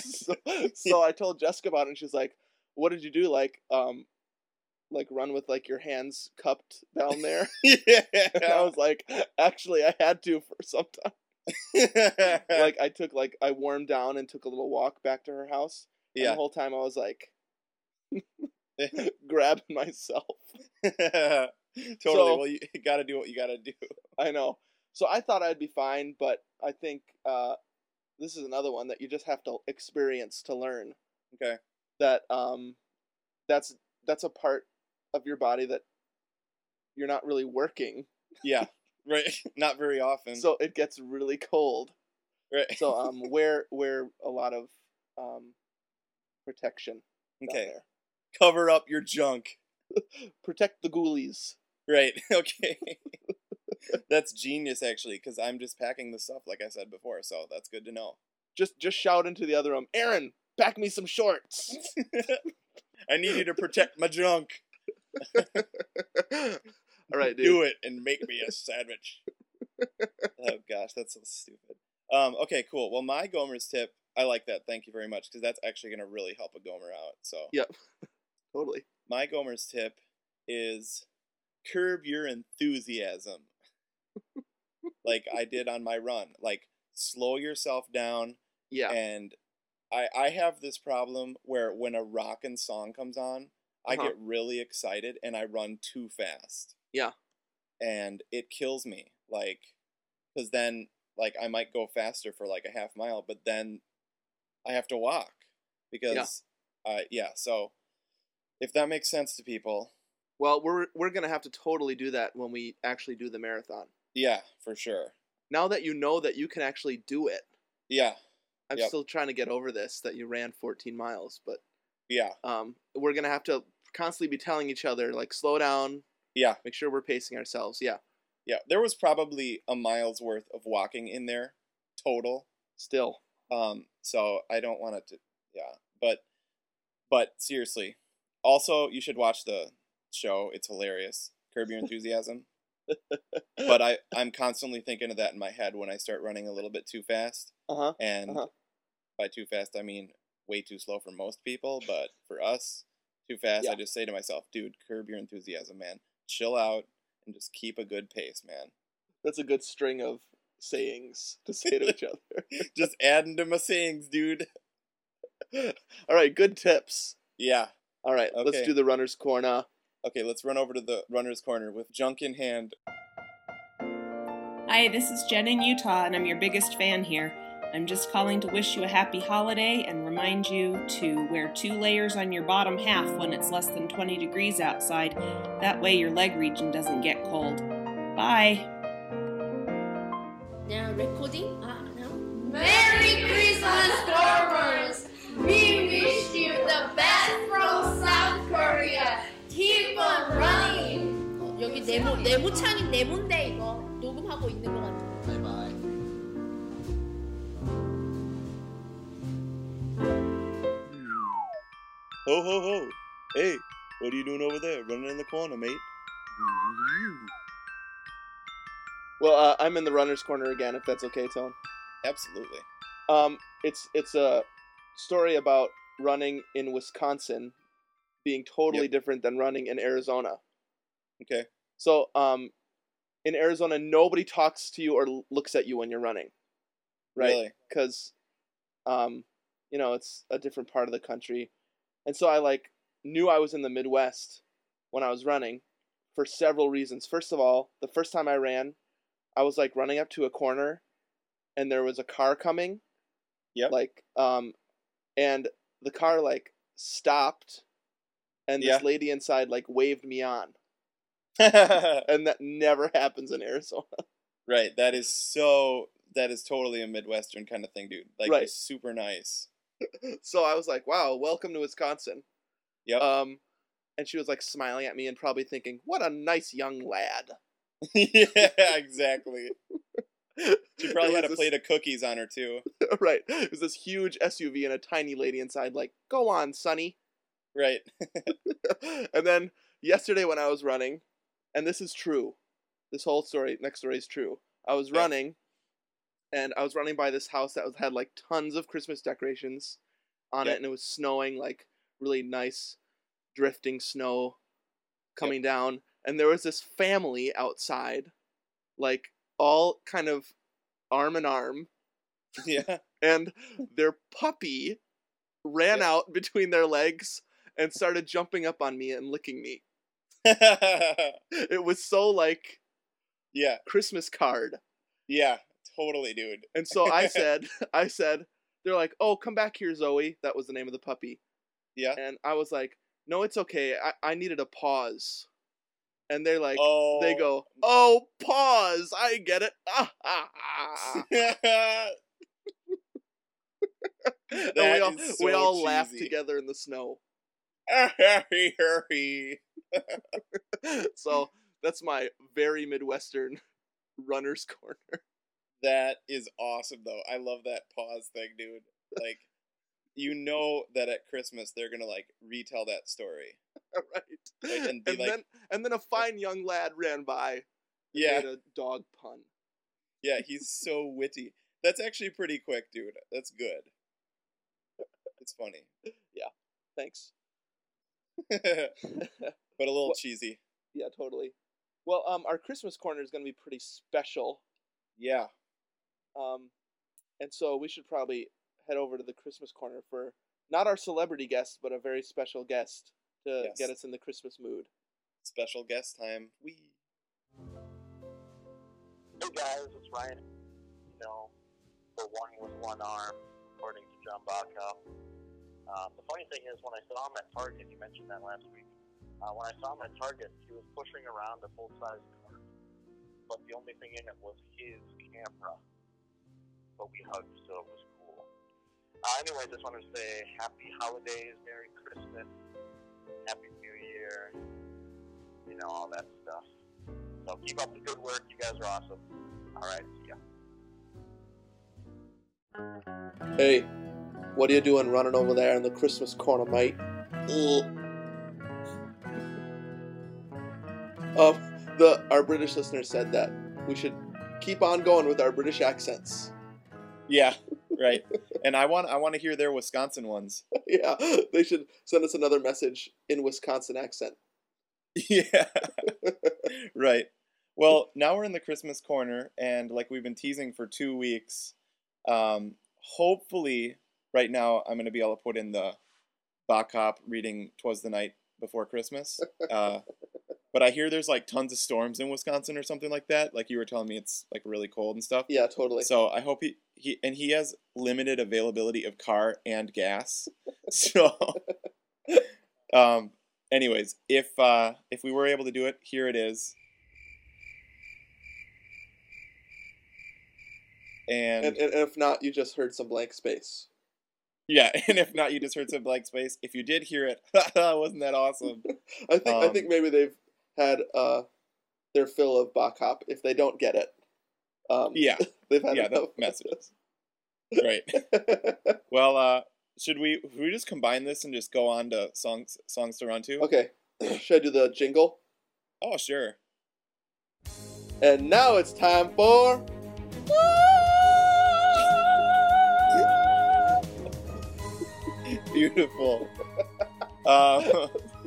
[SPEAKER 1] so, so I told Jessica about it, and she's like, "What did you do? Like, um, like run with like your hands cupped down there?" And I
[SPEAKER 2] yeah.
[SPEAKER 1] was like, "Actually, I had to for some time.
[SPEAKER 2] like,
[SPEAKER 1] Like, I took like I warmed down and took a little walk back to her house. and
[SPEAKER 2] yeah.
[SPEAKER 1] the whole time I was like, grabbing myself.
[SPEAKER 2] totally.
[SPEAKER 1] So-
[SPEAKER 2] well, you got to do what you got to do.
[SPEAKER 1] I know. So I thought I'd be fine, but I think uh, this is another one that you just have to experience to learn.
[SPEAKER 2] Okay.
[SPEAKER 1] That um, that's that's a part of your body that you're not really working,
[SPEAKER 2] Yeah. Right. Not very often.
[SPEAKER 1] so it gets really cold.
[SPEAKER 2] right.
[SPEAKER 1] So um, wear wear a lot of um, protection. down
[SPEAKER 2] okay.
[SPEAKER 1] there.
[SPEAKER 2] Cover up your junk.
[SPEAKER 1] Protect the ghoulies.
[SPEAKER 2] Right. Okay. that's genius, actually, because I'm just packing the stuff, like I said before. So that's good to know.
[SPEAKER 1] Just just shout into the other room, Aaron. Pack me some shorts.
[SPEAKER 2] I need you to protect my junk.
[SPEAKER 1] All right, dude.
[SPEAKER 2] do it and make me a sandwich. oh gosh, that's so stupid. Um, okay, cool. Well, my Gomer's tip, I like that. Thank you very much because that's actually going to really help a Gomer out. So
[SPEAKER 1] Yep. Totally.
[SPEAKER 2] my Gomer's tip is curb your enthusiasm, like I did on my run. Like slow yourself down,
[SPEAKER 1] Yeah.
[SPEAKER 2] and I I have this problem where when a rock and song comes on, I
[SPEAKER 1] Uh-huh.
[SPEAKER 2] get really excited and I run too fast.
[SPEAKER 1] Yeah.
[SPEAKER 2] And it kills me. Like cuz then like I might go faster for like a half mile, but then I have to walk because uh yeah, so if that makes sense to people,
[SPEAKER 1] Well, we're we're gonna have to totally do that when we actually do the marathon.
[SPEAKER 2] yeah, for sure.
[SPEAKER 1] now that you know that you can actually do it,
[SPEAKER 2] Yeah.
[SPEAKER 1] I'm
[SPEAKER 2] Yep.
[SPEAKER 1] still trying to get over this that you ran 14 miles, but
[SPEAKER 2] Yeah.
[SPEAKER 1] um, we're gonna have to constantly be telling each other like slow down,
[SPEAKER 2] Yeah.
[SPEAKER 1] make sure we're pacing ourselves. Yeah,
[SPEAKER 2] Yeah. There was probably a mile's worth of walking in there total.
[SPEAKER 1] still
[SPEAKER 2] Um, so I don't want it to, yeah. But, but seriously, also you should watch the show. It's hilarious. Curb Your Enthusiasm. but I, I'm constantly thinking of that in my head when I start running a little bit too fast.
[SPEAKER 1] uh huh.
[SPEAKER 2] And
[SPEAKER 1] Uh-huh.
[SPEAKER 2] by too fast, I mean way too slow for most people. But for us, too fast, I
[SPEAKER 1] Yeah.
[SPEAKER 2] just say to myself, dude, curb your enthusiasm, man. Chill out and just keep a good pace, man.
[SPEAKER 1] That's a good string of sayings to say to each other.
[SPEAKER 2] just adding to my sayings, dude.
[SPEAKER 1] All right, good tips.
[SPEAKER 2] Yeah.
[SPEAKER 1] All right, let's
[SPEAKER 2] Okay.
[SPEAKER 1] do the runner's corner.
[SPEAKER 2] Okay, let's run over to the runner's corner with junk in hand.
[SPEAKER 6] Hi, this is Jen in Utah, and I'm your biggest fan here. I'm just calling to wish you a happy holiday and remind you to wear two layers on your bottom half when it's less than 20 degrees outside. That way, your leg region doesn't get cold. Bye.
[SPEAKER 7] Now recording? Ah, no.
[SPEAKER 8] Merry Christmas, Gormers! We wish you the best from South Korea. Keep on running.
[SPEAKER 7] 어, 여기 네모, 네모창이 네모인데 이거 녹음하고 있는 것 같아.
[SPEAKER 2] Ho ho ho! Hey, what are you doing over there? Running in the corner, mate.
[SPEAKER 1] Well, uh, I'm in the runner's corner again, if that's okay, Tone.
[SPEAKER 2] Absolutely.
[SPEAKER 1] Um, it's it's a story about running in Wisconsin being totally
[SPEAKER 2] Yep.
[SPEAKER 1] different than running in Arizona.
[SPEAKER 2] Okay.
[SPEAKER 1] So, um, in Arizona, nobody talks to you or l- looks at you when you're running, right?
[SPEAKER 2] Really?
[SPEAKER 1] Because, um, you know, it's a different part of the country, and so I like knew I was in the Midwest when I was running for several reasons. First of all, the first time I ran, I was like running up to a corner, and there was a car coming.
[SPEAKER 2] Yep.
[SPEAKER 1] Like, um, and the car like stopped, and
[SPEAKER 2] Yeah.
[SPEAKER 1] this lady inside like waved me on and that never happens in Arizona.
[SPEAKER 2] right, that is so. That is totally a Midwestern kind of thing, dude. Like,
[SPEAKER 1] Right.
[SPEAKER 2] it's super nice.
[SPEAKER 1] So I was like, "Wow, welcome to Wisconsin."
[SPEAKER 2] Yep.
[SPEAKER 1] Um, and she was like smiling at me and probably thinking, "What a nice young lad."
[SPEAKER 2] yeah, exactly. She probably
[SPEAKER 1] It
[SPEAKER 2] had
[SPEAKER 1] was
[SPEAKER 2] a plate
[SPEAKER 1] this-
[SPEAKER 2] of cookies on her, too.
[SPEAKER 1] right. It was this huge SUV and a tiny lady inside. Like, go on, Sonny.
[SPEAKER 2] Right.
[SPEAKER 1] and then yesterday when I was running, and this is true, this whole story, next story is true. I was
[SPEAKER 2] Yeah.
[SPEAKER 1] running, and I was running by this house that was, had like tons of Christmas decorations on
[SPEAKER 2] Yep.
[SPEAKER 1] it, and it was snowing like really nice, drifting snow coming down, and there was this family outside, like all kind of arm in arm,
[SPEAKER 2] Yeah.
[SPEAKER 1] and their puppy ran out between their legs and started jumping up on me and licking me. It was so like
[SPEAKER 2] yeah.
[SPEAKER 1] Christmas card.
[SPEAKER 2] Yeah. Totally, dude.
[SPEAKER 1] And so I said, I said, they're like, oh, come back here, Zoe. That was the name of the puppy.
[SPEAKER 2] Yeah.
[SPEAKER 1] And I was like, no, it's okay. I, I needed a pause. And they're like,
[SPEAKER 2] oh.
[SPEAKER 1] they go, oh, pause. I get it. Ah, ah, ah.
[SPEAKER 2] that
[SPEAKER 1] and we
[SPEAKER 2] That
[SPEAKER 1] all,
[SPEAKER 2] is
[SPEAKER 1] we
[SPEAKER 2] so
[SPEAKER 1] all laughed
[SPEAKER 2] cheesy.
[SPEAKER 1] together in the snow.
[SPEAKER 2] hurry, hurry.
[SPEAKER 1] so that's my very Midwestern runner's corner.
[SPEAKER 2] That is awesome, though. I love that pause thing, dude. Like, you know that at Christmas they're gonna like retell that story.
[SPEAKER 1] right.
[SPEAKER 2] Like,
[SPEAKER 1] And,
[SPEAKER 2] and be like-
[SPEAKER 1] then and then a fine young lad ran by. and
[SPEAKER 2] Yeah,
[SPEAKER 1] made a dog pun.
[SPEAKER 2] yeah. He's so witty. That's actually pretty quick, dude. That's good. It's funny,
[SPEAKER 1] Thanks.
[SPEAKER 2] but a little cheesy.
[SPEAKER 1] Yeah, totally. Well, um, our Christmas corner is going to be pretty special.
[SPEAKER 2] Yeah.
[SPEAKER 1] Um, and so we should probably head over to the Christmas corner for not our celebrity guest, but a very special guest to
[SPEAKER 2] Yes.
[SPEAKER 1] get us in the Christmas mood.
[SPEAKER 2] Special guest time. We.
[SPEAKER 3] Hey guys, it's Ryan. You know, for one with one arm, according to John Baca. Um, the funny thing is, when I saw him at Target, you mentioned that last week. Uh, when I saw him at Target, he was pushing around a full-size cart. but the only thing in it was his camera. But we hugged, so it was cool. Uh, anyway, I just wanted to say happy holidays, Merry Christmas, Happy New Year, you know, all that stuff. So keep up the good work. You guys are awesome. All right, see ya.
[SPEAKER 1] Hey, what are you doing running over there in the Christmas corner, mate? Ugh. um, the our British listener said that we should keep on going with our British accents.
[SPEAKER 2] Yeah, right. and I want I want to hear their Wisconsin ones.
[SPEAKER 1] yeah, they should send us another message in Wisconsin accent.
[SPEAKER 2] yeah. right. Well, now we're in the Christmas corner, and like we've been teasing for two weeks, um, hopefully, right now I'm going to be able to put in the Bacop reading "Twas the Night Before Christmas." Uh, but I hear there's like tons of storms in Wisconsin or something like that. Like you were telling me, it's like really cold and stuff.
[SPEAKER 1] Yeah, totally.
[SPEAKER 2] So I hope he, he and he has limited availability of car and gas. So, um, anyways, if uh, if we were able to do it, here it is. And,
[SPEAKER 1] And, and if not, you just heard some blank space.
[SPEAKER 2] yeah, and if not, you just heard some blank space. If you did hear it, wasn't that awesome?
[SPEAKER 1] I think I
[SPEAKER 2] Um,
[SPEAKER 1] think maybe they've had uh, their fill of Bacop. If they don't get it, um,
[SPEAKER 2] Yeah,
[SPEAKER 1] they've had
[SPEAKER 2] yeah,
[SPEAKER 1] enough.
[SPEAKER 2] that messages. Right. Well, uh, should we should we just combine this and just go on to songs songs to run to?
[SPEAKER 1] okay, should I do the jingle?
[SPEAKER 2] Oh, sure.
[SPEAKER 1] And now it's time for.
[SPEAKER 2] Beautiful. Um,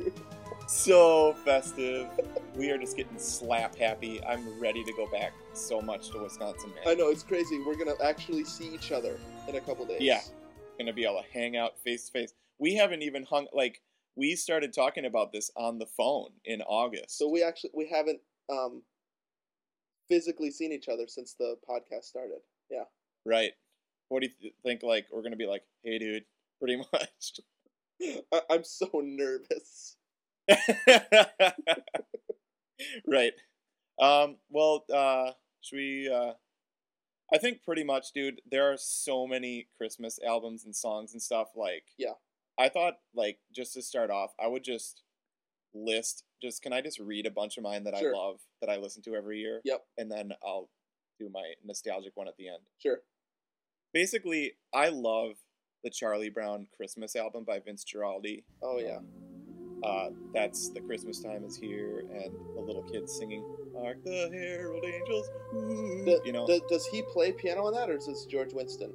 [SPEAKER 2] so festive. We are just getting slap happy. I'm ready to go back so much to Wisconsin, man.
[SPEAKER 1] I know it's crazy. We're gonna actually see each other in a couple days.
[SPEAKER 2] Yeah. Gonna be able to hang out face to face. We haven't even hung like we started talking about this on the phone in August.
[SPEAKER 1] So we actually we haven't um, physically seen each other since the podcast started. Yeah.
[SPEAKER 2] right. What do you th- think? Like we're gonna be like, hey, dude, pretty much.
[SPEAKER 1] I- I'm so nervous.
[SPEAKER 2] right. Um, well, uh, should we? Uh, I think pretty much, dude. There are so many Christmas albums and songs and stuff. Like,
[SPEAKER 1] Yeah.
[SPEAKER 2] I thought, like, just to start off, I would just list. Just can I just read a bunch of mine that
[SPEAKER 1] Sure.
[SPEAKER 2] I love that I listen to every year?
[SPEAKER 1] Yep.
[SPEAKER 2] And then I'll do my nostalgic one at the end.
[SPEAKER 1] Sure.
[SPEAKER 2] Basically, I love the Charlie Brown Christmas album by Vince Guaraldi.
[SPEAKER 1] Oh yeah.
[SPEAKER 2] Um, Uh, that's the Christmas time is here, and the little kids singing "Hark the Herald Angels." ooh,"
[SPEAKER 1] Th-
[SPEAKER 2] you know,
[SPEAKER 1] th- does he play piano on that, or is this George Winston?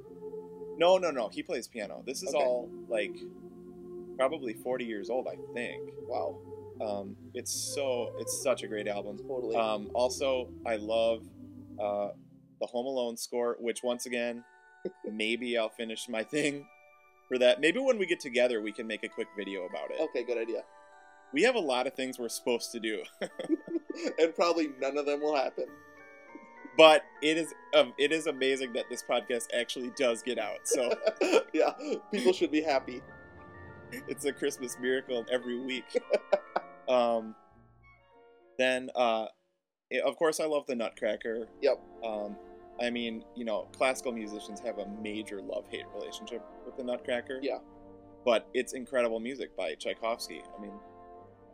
[SPEAKER 2] no, no, no. He plays piano. This is
[SPEAKER 1] Okay.
[SPEAKER 2] all like probably forty years old, I think.
[SPEAKER 1] Wow.
[SPEAKER 2] Um, it's so it's such a great album.
[SPEAKER 1] Totally.
[SPEAKER 2] Um, also, I love uh, the Home Alone score, which once again, maybe I'll finish my thing for that. Maybe when we get together, we can make a quick video about it.
[SPEAKER 1] okay. Good idea.
[SPEAKER 2] We have a lot of things we're supposed to do.
[SPEAKER 1] and probably none of them will happen.
[SPEAKER 2] but it is um, it is amazing that this podcast actually does get out. So
[SPEAKER 1] yeah. People should be happy.
[SPEAKER 2] it's a Christmas miracle every week. Um, then, uh, yeah, of course, I love the Nutcracker.
[SPEAKER 1] Yep.
[SPEAKER 2] Um, I mean, you know, classical musicians have a major love hate relationship with the Nutcracker.
[SPEAKER 1] Yeah.
[SPEAKER 2] But it's incredible music by Tchaikovsky. I mean,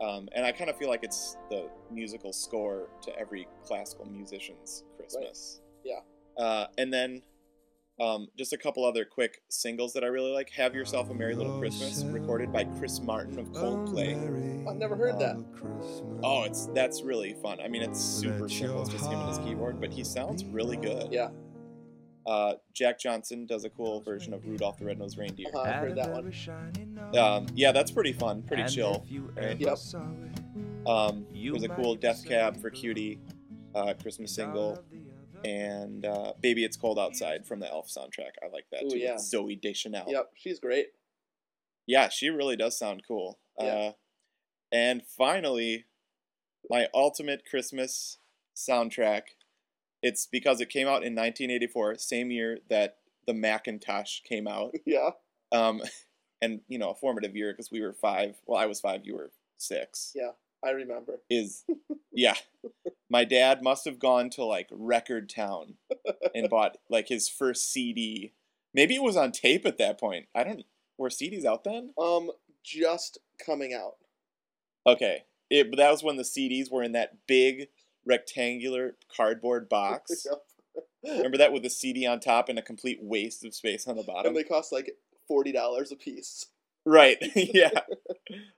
[SPEAKER 2] um, and I kind of feel like it's the musical score to every classical musician's Christmas.
[SPEAKER 1] Right.
[SPEAKER 2] Yeah. Uh, and then um, just a couple other quick singles that I really like Have Yourself a Merry Little Christmas, recorded by Chris Martin of Coldplay.
[SPEAKER 1] I've never heard that.
[SPEAKER 2] Um, Oh, it's that's really fun. I mean, it's super simple. It's just him and his keyboard, but he sounds really good.
[SPEAKER 1] Yeah.
[SPEAKER 2] Uh, Jack Johnson does a cool version of Rudolph the Red-Nosed Reindeer.
[SPEAKER 1] Uh-huh, I've heard that one. Uh-huh.
[SPEAKER 2] Um, yeah, that's pretty fun, pretty chill. right?
[SPEAKER 1] Yep.
[SPEAKER 2] Um, there's a cool Death Cab for Cutie uh, Christmas single, and uh, Baby It's Cold Outside from the Elf soundtrack. I like that
[SPEAKER 1] Ooh,
[SPEAKER 2] too.
[SPEAKER 1] yeah.
[SPEAKER 2] Zoe Deschanel.
[SPEAKER 1] Yep. She's great.
[SPEAKER 2] Yeah, she really does sound cool.
[SPEAKER 1] Yeah.
[SPEAKER 2] Uh, and finally, my ultimate Christmas soundtrack. It's because it came out in 1984, same year that the Macintosh came out.
[SPEAKER 1] Yeah.
[SPEAKER 2] Um, and, you know, a formative year because we were five. Well, I was five, you were six.
[SPEAKER 1] Yeah. I remember.
[SPEAKER 2] is yeah my dad must have gone to like record town and bought like his first cd maybe it was on tape at that point i don't were cds out then
[SPEAKER 1] Um, just coming out.
[SPEAKER 2] okay it, but that was when the cds were in that big rectangular cardboard box
[SPEAKER 1] Yep.
[SPEAKER 2] remember that with the cd on top and a complete waste of space on the bottom
[SPEAKER 1] And they cost like forty dollars a piece.
[SPEAKER 2] Right. yeah.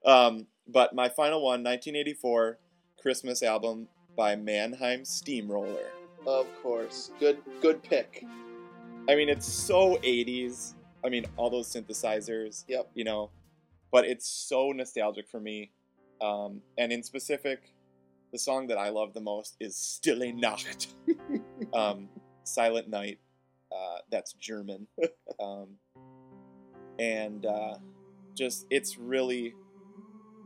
[SPEAKER 2] Um, but my final one, 1984 Christmas album by Mannheim Steamroller.
[SPEAKER 1] Of course. Good good pick.
[SPEAKER 2] I mean, it's so 80s. I mean, all those synthesizers,
[SPEAKER 1] Yep.
[SPEAKER 2] you know, but it's so nostalgic for me. Um, and in specific, the song that I love the most is Stille Nacht, um, Silent Night. Uh, that's German. Um, and uh, just, it's really,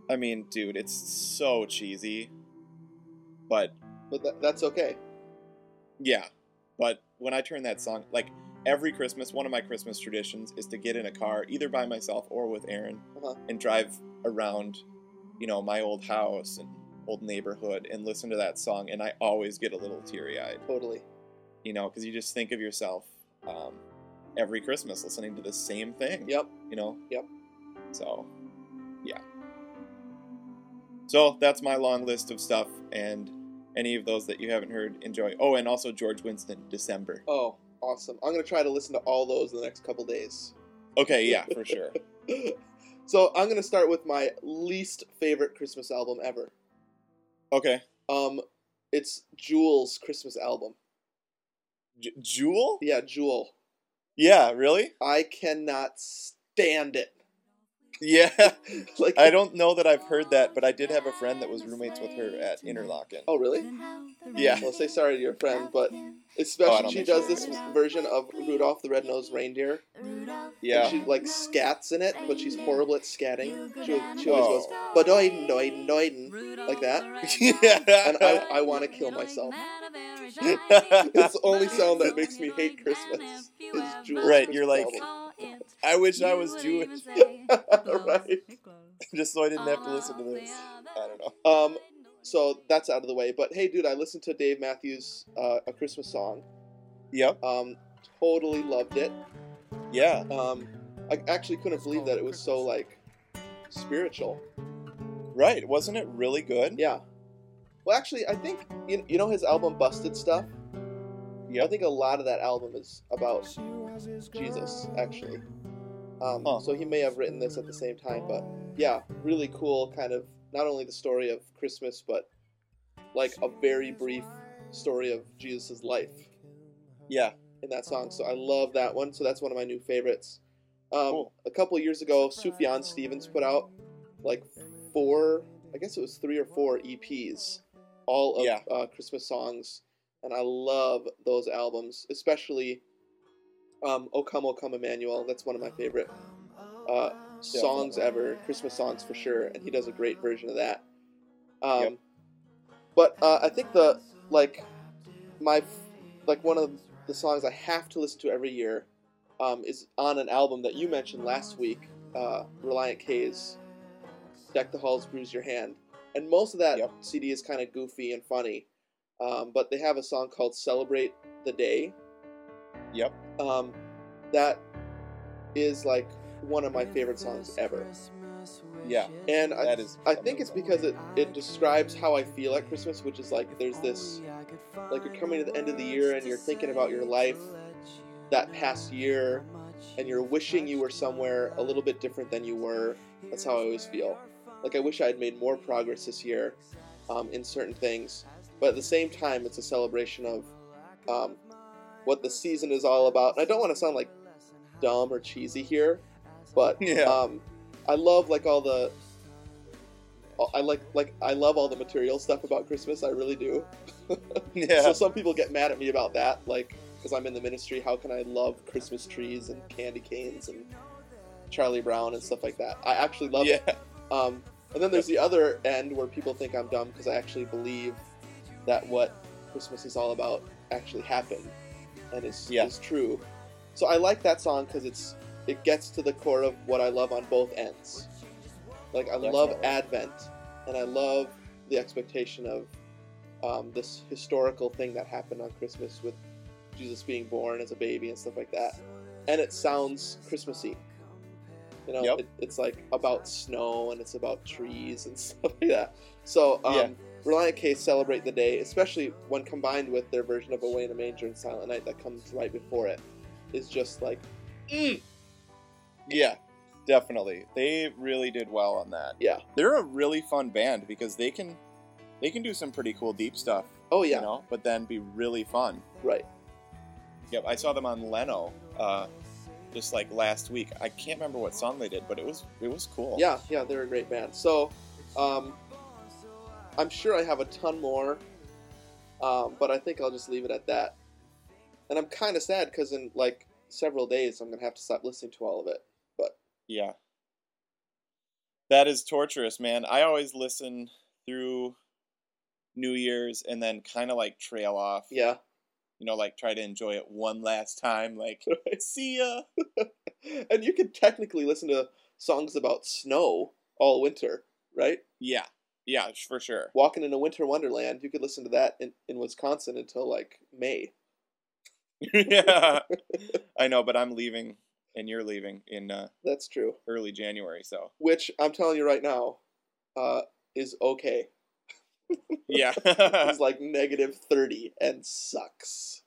[SPEAKER 2] I mean, dude, it's so cheesy, but
[SPEAKER 1] But that, that's okay.
[SPEAKER 2] yeah, but when I turn that song, like every Christmas, one of my Christmas traditions is to get in a car, either by myself or with Aaron,
[SPEAKER 1] Uh-huh.
[SPEAKER 2] and drive around, you know, my old house and old neighborhood and listen to that song. And I always get a little teary eyed,
[SPEAKER 1] Totally.
[SPEAKER 2] you know, because you just think of yourself um, every Christmas listening to the same thing
[SPEAKER 1] Yep.
[SPEAKER 2] you know?
[SPEAKER 1] Yep.
[SPEAKER 2] So, yeah. So that's my long list of stuff, and any of those that you haven't heard, enjoy. Oh, and also George Winston, December.
[SPEAKER 1] Oh, awesome. I'm gonna try to listen to all those in the next couple days.
[SPEAKER 2] Okay, yeah, for sure.
[SPEAKER 1] so I'm gonna start with my least favorite Christmas album ever.
[SPEAKER 2] Okay.
[SPEAKER 1] Um, it's Jewel's Christmas album.
[SPEAKER 2] J- Jewel?
[SPEAKER 1] Yeah, Jewel.
[SPEAKER 2] Yeah, really?
[SPEAKER 1] I cannot stand it.
[SPEAKER 2] Yeah.
[SPEAKER 1] Like
[SPEAKER 2] I don't know that I've heard that, but I did have a friend that was roommates with her at Interlaken.
[SPEAKER 1] Oh really?
[SPEAKER 2] Yeah.
[SPEAKER 1] Well, say sorry to your friend, but especially
[SPEAKER 2] Oh, I don't
[SPEAKER 1] she
[SPEAKER 2] think
[SPEAKER 1] does
[SPEAKER 2] so.
[SPEAKER 1] this version of Rudolph the Red-Nosed Reindeer.
[SPEAKER 2] Yeah.
[SPEAKER 1] And she like scats in it, but she's horrible at scatting. She, she always
[SPEAKER 2] Oh.
[SPEAKER 1] goes badoiden, doiden, doiden, like that. And I, I want to kill myself. It's the only sound that makes me hate Christmas is Jewel's
[SPEAKER 2] Right, you're
[SPEAKER 1] Christmas
[SPEAKER 2] like-
[SPEAKER 1] album.
[SPEAKER 2] I wish I was Jewish,
[SPEAKER 1] right.
[SPEAKER 2] just so I didn't have to listen to this. I don't know.
[SPEAKER 1] Um, so that's out of the way. But hey, dude, I listened to Dave Matthews' uh, "A Christmas Song."
[SPEAKER 2] Yep.
[SPEAKER 1] Um, totally loved it.
[SPEAKER 2] Yeah.
[SPEAKER 1] Um, I actually couldn't believe that it was so like spiritual.
[SPEAKER 2] Right. Wasn't it really good?
[SPEAKER 1] Yeah. Well, actually, I think you, you know his album "Busted Stuff." Yeah, I think a lot of that album is about Jesus, actually. Um,
[SPEAKER 2] Huh.
[SPEAKER 1] So he may have written this at the same time, but yeah, really cool. Kind of not only the story of Christmas, but like a very brief story of Jesus' life
[SPEAKER 2] Yeah.
[SPEAKER 1] in that song. So I love that one. So that's one of my new favorites. Um,
[SPEAKER 2] Cool.
[SPEAKER 1] A couple years ago, Sufjan Stevens put out like four, I guess it was three or four EPs, all of
[SPEAKER 2] Yeah.
[SPEAKER 1] uh, Christmas songs, and I love those albums, especially um, "O Come, O Come, Emmanuel." That's one of my favorite uh, songs ever, Christmas songs for sure, and he does a great version of that. Um,
[SPEAKER 2] Yep.
[SPEAKER 1] But uh, I think the like my like one of the songs I have to listen to every year um, is on an album that you mentioned last week, uh, Reliant K's "Deck the Halls, Bruise Your Hand," and most of that
[SPEAKER 2] Yep.
[SPEAKER 1] CD is kind of goofy and funny. Um, but they have a song called "Celebrate the Day,"
[SPEAKER 2] Yep.
[SPEAKER 1] um, that is like one of my favorite songs ever.
[SPEAKER 2] Yeah.
[SPEAKER 1] And I,
[SPEAKER 2] That is
[SPEAKER 1] I think it's because it, it describes how I feel at Christmas, which is like there's this, like you're coming to the end of the year and you're thinking about your life that past year and you're wishing you were somewhere a little bit different than you were. That's how I always feel. Like I wish I had made more progress this year um, in certain things. But at the same time, it's a celebration of um, what the season is all about. And I don't want to sound like dumb or cheesy here, but
[SPEAKER 2] Yeah.
[SPEAKER 1] um, I love like all the. I like like I love all the material stuff about Christmas. I really do.
[SPEAKER 2] yeah.
[SPEAKER 1] So some people get mad at me about that, like because I'm in the ministry. How can I love Christmas trees and candy canes and Charlie Brown and stuff like that? I actually love it.
[SPEAKER 2] yeah.
[SPEAKER 1] Um, and then there's the other end where people think I'm dumb because I actually believe that what Christmas is all about actually happened and is,
[SPEAKER 2] Yeah.
[SPEAKER 1] is true. So I like that song because it's it gets to the core of what I love on both ends. Like I love
[SPEAKER 2] Definitely.
[SPEAKER 1] Advent and I love the expectation of um, this historical thing that happened on Christmas with Jesus being born as a baby and stuff like that. And it sounds Christmassy. You know,
[SPEAKER 2] Yep.
[SPEAKER 1] it, it's like about snow and it's about trees and stuff like that. So, um,
[SPEAKER 2] Yeah.
[SPEAKER 1] Reliant K celebrate the day, especially when combined with their version of Away in a Manger and Silent Night that comes right before it, is just like, mm.
[SPEAKER 2] Yeah, definitely. They really did well on that.
[SPEAKER 1] Yeah.
[SPEAKER 2] They're a really fun band because they can they can do some pretty cool deep stuff.
[SPEAKER 1] oh yeah,
[SPEAKER 2] You know, but then be really fun.
[SPEAKER 1] right.
[SPEAKER 2] Yep, I saw them on Leno uh, just like last week. I can't remember what song they did, but it was it was cool.
[SPEAKER 1] Yeah, yeah, they're a great band. So, um, I'm sure I have a ton more, um, but I think I'll just leave it at that. And I'm kind of sad because in like several days I'm gonna have to stop listening to all of it.
[SPEAKER 2] Yeah. That is torturous, man. I always listen through New Year's and then kind of like trail off.
[SPEAKER 1] Yeah,
[SPEAKER 2] You know, like try to enjoy it one last time. Like, see ya.
[SPEAKER 1] and you can technically listen to songs about snow all winter, right?
[SPEAKER 2] Yeah. Yeah, for sure.
[SPEAKER 1] Walking in a winter wonderland, you could listen to that in, in Wisconsin until like May.
[SPEAKER 2] yeah. I know, but I'm leaving and you're leaving in uh,
[SPEAKER 1] That's true.
[SPEAKER 2] early January. So,
[SPEAKER 1] Which I'm telling you right now, uh, is okay.
[SPEAKER 2] yeah.
[SPEAKER 1] It's like negative thirty and sucks.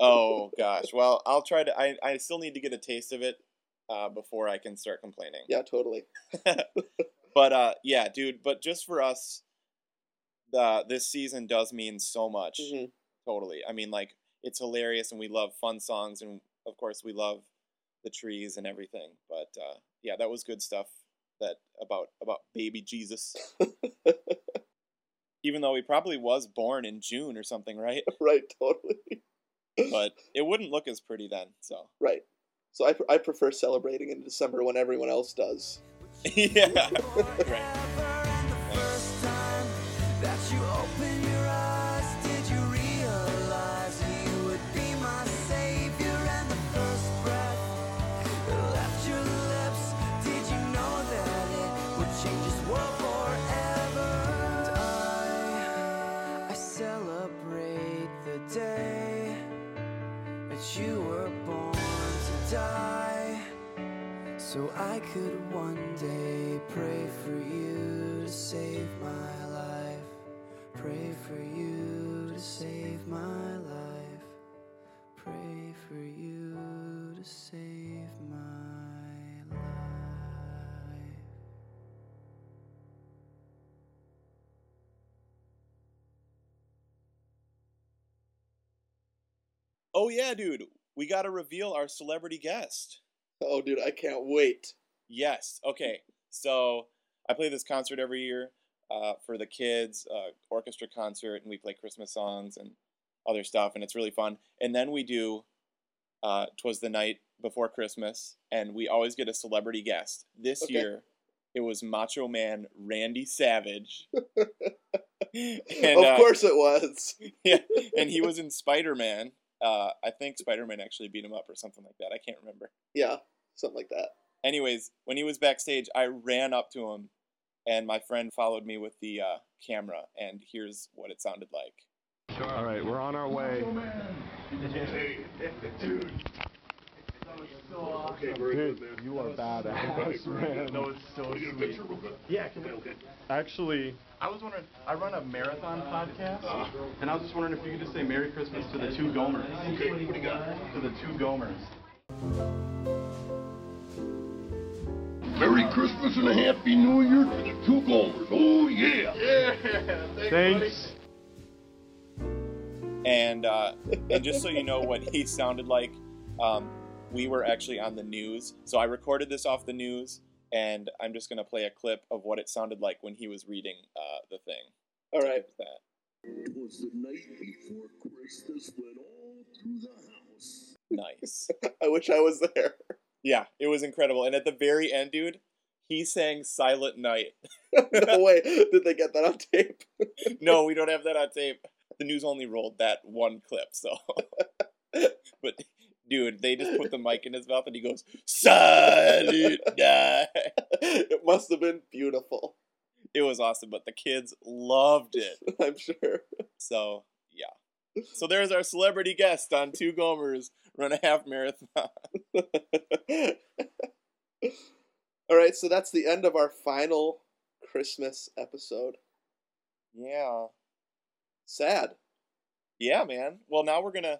[SPEAKER 2] oh, gosh. Well, I'll try to, I, I still need to get a taste of it uh, before I can start complaining.
[SPEAKER 1] Yeah, totally.
[SPEAKER 2] But uh, yeah, dude. But just for us, uh, this season does mean so much.
[SPEAKER 1] hmm
[SPEAKER 2] Totally. I mean, like it's hilarious, and we love fun songs, and of course we love the trees and everything. But uh, yeah, that was good stuff. That about about baby Jesus. Even though he probably was born in June or something, right?
[SPEAKER 1] Right, totally.
[SPEAKER 2] But it wouldn't look as pretty then. So
[SPEAKER 1] Right. So I, I prefer celebrating in December when everyone else does.
[SPEAKER 2] yeah, right.
[SPEAKER 9] Celebrate the day that you were born to die. So I could one day pray for you to save my life. Pray for you to save my life. Pray for you to save my life.
[SPEAKER 2] Oh yeah, dude. We got to reveal our celebrity guest.
[SPEAKER 1] Oh, dude, I can't wait.
[SPEAKER 2] Yes. Okay. So I play this concert every year uh, for the kids, uh, orchestra concert, and we play Christmas songs and other stuff, and it's really fun. And then we do uh, "Twas the Night Before Christmas," and we always get a celebrity guest. This
[SPEAKER 1] Okay.
[SPEAKER 2] year, it was Macho Man Randy Savage. and,
[SPEAKER 1] of
[SPEAKER 2] uh,
[SPEAKER 1] course it was.
[SPEAKER 2] yeah, and he was in Spider Man. Uh, I think Spider Man actually beat him up or something like that. I can't remember
[SPEAKER 1] Yeah, something like that.
[SPEAKER 2] anyways, when he was backstage, I ran up to him, and my friend followed me with the uh, camera, and here's what it sounded like.
[SPEAKER 10] All right, we're on our way.
[SPEAKER 11] Dude. Okay, very
[SPEAKER 10] Dude,
[SPEAKER 11] good, man.
[SPEAKER 10] you are badass, man.
[SPEAKER 11] That was so
[SPEAKER 10] Can we get a
[SPEAKER 11] sweet.
[SPEAKER 10] picture real quick?
[SPEAKER 11] Yeah, can we? Okay.
[SPEAKER 10] Actually,
[SPEAKER 11] I was wondering, I run a marathon podcast, and I was just wondering if you could just say Merry Christmas to the two Gomers. Okay, what do you got? To the two Gomers.
[SPEAKER 10] Merry Christmas and a Happy New Year to the two Gomers. Oh, yeah.
[SPEAKER 11] Yeah,
[SPEAKER 10] Thanks.
[SPEAKER 2] And uh, and just so you know what he sounded like, um, we were actually on the news, so I recorded this off the news, and I'm just gonna play a clip of what it sounded like when he was reading uh, the thing.
[SPEAKER 1] All right.
[SPEAKER 2] That.
[SPEAKER 10] It was the night before Christmas went all through the house.
[SPEAKER 2] Nice.
[SPEAKER 1] I wish I was there.
[SPEAKER 2] yeah, it was incredible. And at the very end, dude, he sang "Silent Night."
[SPEAKER 1] no way did they get that on tape.
[SPEAKER 2] no, we don't have that on tape. The news only rolled that one clip, so. but dude, they just put the mic in his mouth and he goes, "Salute!"
[SPEAKER 1] it must have been beautiful.
[SPEAKER 2] it was awesome, but the kids loved it.
[SPEAKER 1] I'm sure.
[SPEAKER 2] So yeah. So there's our celebrity guest on two Gomers run a half marathon.
[SPEAKER 1] All right, so that's the end of our final Christmas episode.
[SPEAKER 2] Yeah.
[SPEAKER 1] Sad.
[SPEAKER 2] Yeah, man. Well, now we're gonna.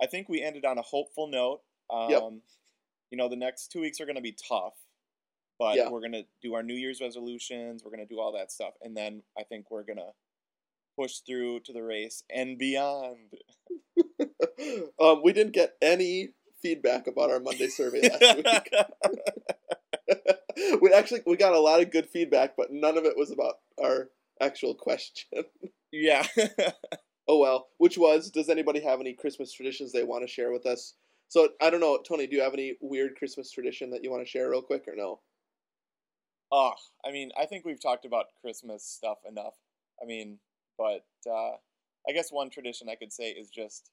[SPEAKER 2] I think we ended on a hopeful note. Um,
[SPEAKER 1] Yep.
[SPEAKER 2] You know, the next two weeks are gonna be tough, but
[SPEAKER 1] Yeah.
[SPEAKER 2] we're gonna do our New Year's resolutions. We're gonna do all that stuff, and then I think we're gonna push through to the race and beyond.
[SPEAKER 1] um, we didn't get any feedback about our Monday survey last week. we actually we got a lot of good feedback, but none of it was about our actual question.
[SPEAKER 2] yeah.
[SPEAKER 1] oh well, which was does anybody have any Christmas traditions they want to share with us? So I don't know, Tony, do you have any weird Christmas tradition that you want to share real quick or no?
[SPEAKER 2] Oh, I mean, I think we've talked about Christmas stuff enough. I mean, but uh, I guess one tradition I could say is just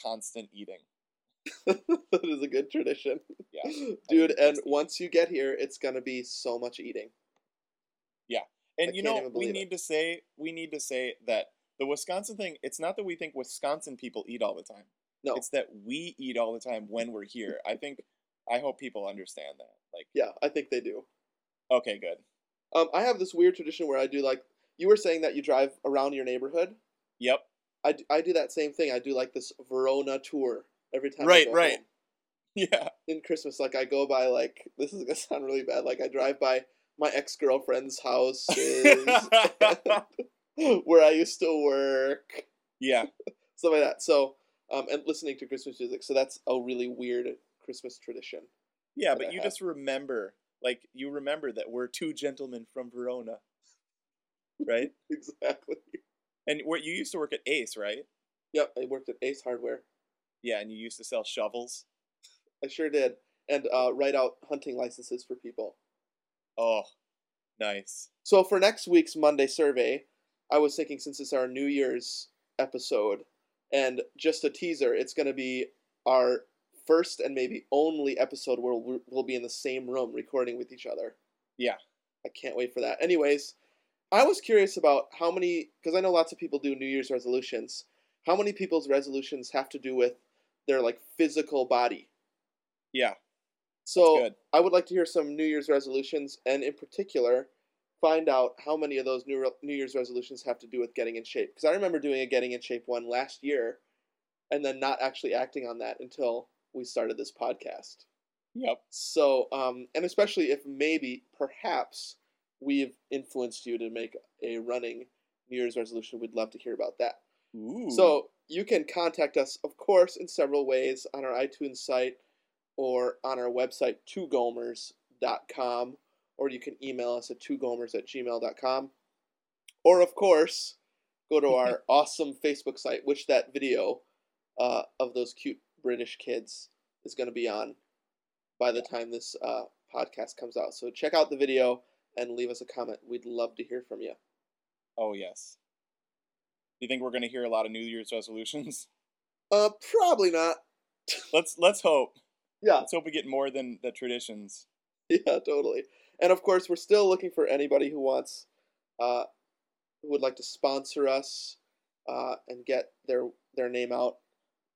[SPEAKER 2] constant eating.
[SPEAKER 1] that is a good tradition.
[SPEAKER 2] Yeah. I mean,
[SPEAKER 1] Dude, and
[SPEAKER 2] just-
[SPEAKER 1] once you get here, it's gonna be so much eating.
[SPEAKER 2] And
[SPEAKER 1] I
[SPEAKER 2] you
[SPEAKER 1] can't
[SPEAKER 2] know,
[SPEAKER 1] even
[SPEAKER 2] we
[SPEAKER 1] believe it.
[SPEAKER 2] need to say we need to say that the Wisconsin thing. It's not that we think Wisconsin people eat all the time.
[SPEAKER 1] No.
[SPEAKER 2] it's that we eat all the time when we're here. I think. I hope people understand that. Like,
[SPEAKER 1] Yeah, I think they do.
[SPEAKER 2] okay, good.
[SPEAKER 1] Um, I have this weird tradition where I do like you were saying that you drive around your neighborhood.
[SPEAKER 2] Yep.
[SPEAKER 1] I, d- I do that same thing. I do like this Verona tour every time. I
[SPEAKER 2] Right,
[SPEAKER 1] go
[SPEAKER 2] right.
[SPEAKER 1] home.
[SPEAKER 2] Yeah.
[SPEAKER 1] In Christmas, like I go by like this is gonna sound really bad. Like I drive by my ex girlfriend's house where I used to work,
[SPEAKER 2] yeah.
[SPEAKER 1] stuff like that. So um, and listening to Christmas music. So that's a really weird Christmas tradition.
[SPEAKER 2] Yeah,
[SPEAKER 1] that I
[SPEAKER 2] but you
[SPEAKER 1] have.
[SPEAKER 2] just remember, like, you remember that we're two gentlemen from Verona, right?
[SPEAKER 1] Exactly.
[SPEAKER 2] and where you used to work at Ace, right?
[SPEAKER 1] Yep. I worked at Ace Hardware.
[SPEAKER 2] Yeah, and you used to sell shovels.
[SPEAKER 1] I sure did. And uh, write out hunting licenses for people.
[SPEAKER 2] Oh, nice.
[SPEAKER 1] So for next week's Monday survey, I was thinking since it's our New Year's episode, and just a teaser, it's going to be our first and maybe only episode where we'll we'll be in the same room recording with each other.
[SPEAKER 2] Yeah.
[SPEAKER 1] I can't wait for that. Anyways, I was curious about how many, because I know lots of people do New Year's resolutions. How many people's resolutions have to do with their like physical body?
[SPEAKER 2] Yeah,
[SPEAKER 1] So
[SPEAKER 2] good.
[SPEAKER 1] I would like to hear some New Year's resolutions, and in particular, find out how many of those New, New Year's resolutions have to do with getting in shape. Because I remember doing a getting in shape one last year, and then not actually acting on that until we started this podcast.
[SPEAKER 2] Yep.
[SPEAKER 1] So, um, and especially if maybe, perhaps, we've influenced you to make a running New Year's resolution, we'd love to hear about that.
[SPEAKER 2] Ooh.
[SPEAKER 1] So you can contact us, of course, in several ways on our iTunes site or on our website, twogomers.com, or you can email us at twogomers at gmail.com. Or, of course, go to our awesome Facebook site, which that video uh, of those cute British kids is going to be on by the time this uh, podcast comes out. So check out the video and leave us a comment. We'd love to hear from you.
[SPEAKER 2] oh yes. You think we're gonna hear a lot of New Year's resolutions?
[SPEAKER 1] Uh, probably not.
[SPEAKER 2] let's let's hope.
[SPEAKER 1] Yeah.
[SPEAKER 2] Let's hope we get more than the traditions.
[SPEAKER 1] Yeah, totally. And of course, we're still looking for anybody who wants, uh, who would like to sponsor us, uh, and get their their name out.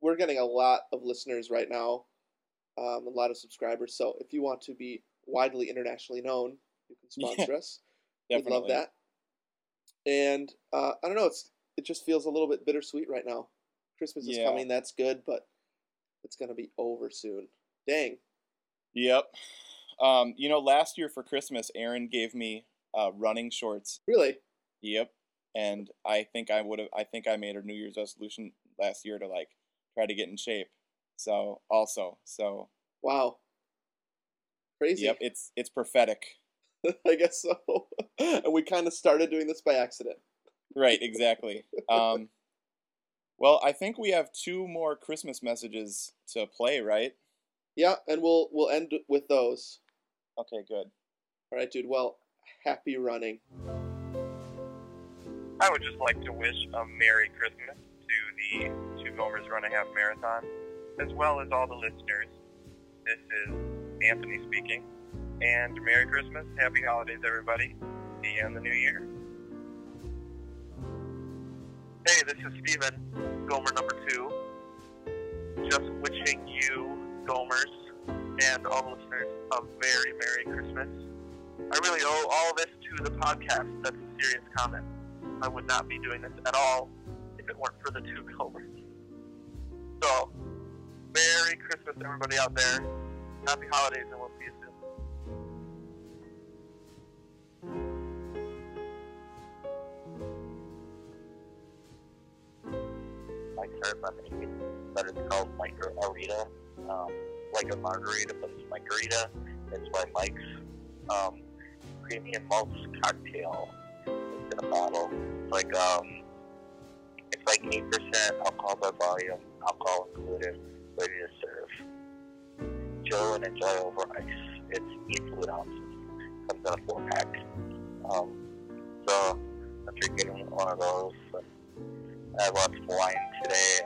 [SPEAKER 1] We're getting a lot of listeners right now, um, a lot of subscribers. So if you want to be widely internationally known, you can sponsor us. We'd
[SPEAKER 2] Definitely.
[SPEAKER 1] love that. And uh, I don't know, it's it just feels a little bit bittersweet right now. Christmas is
[SPEAKER 2] Yeah.
[SPEAKER 1] coming, that's good, but it's gonna be over soon. Dang.
[SPEAKER 2] Yep. Um, you know, last year for Christmas, Aaron gave me uh, running shorts.
[SPEAKER 1] Really?
[SPEAKER 2] Yep. And I think I would have. I think I made a New Year's resolution last year to like try to get in shape. So also, so
[SPEAKER 1] Wow. Crazy.
[SPEAKER 2] yep, it's it's prophetic.
[SPEAKER 1] I guess so. and we kind of started doing this by accident.
[SPEAKER 2] Right, exactly. Um, well, I think we have two more Christmas messages to play, right?
[SPEAKER 1] Yeah, and we'll we'll end with those.
[SPEAKER 2] Okay, good.
[SPEAKER 1] All right, dude. Well, happy running.
[SPEAKER 3] I would just like to wish a Merry Christmas to the Two Gomers Run a Half Marathon, as well as all the listeners. This is Anthony speaking, and Merry Christmas, Happy Holidays, everybody,
[SPEAKER 12] see you in the new year. Hey, this is Steven, Gomer number two. Just wishing you, Gomers, and all listeners a very Merry Christmas. I really owe all this to the podcast. That's a serious comment. I would not be doing this at all if it weren't for the two Gomers. So, Merry Christmas, everybody out there. Happy holidays, and we'll see you soon.
[SPEAKER 3] I serve on a that is called Micro Arita, um, like a margarita, but it's Microrita. It's by Mike's um, premium malts cocktail. It's in a bottle. It's like um, it's like eight percent alcohol by volume, alcohol included, ready to serve. Chill and enjoy over ice. It's 8 ounces. Comes in a four pack. Um, so I'm drinking one of those. I watched wine today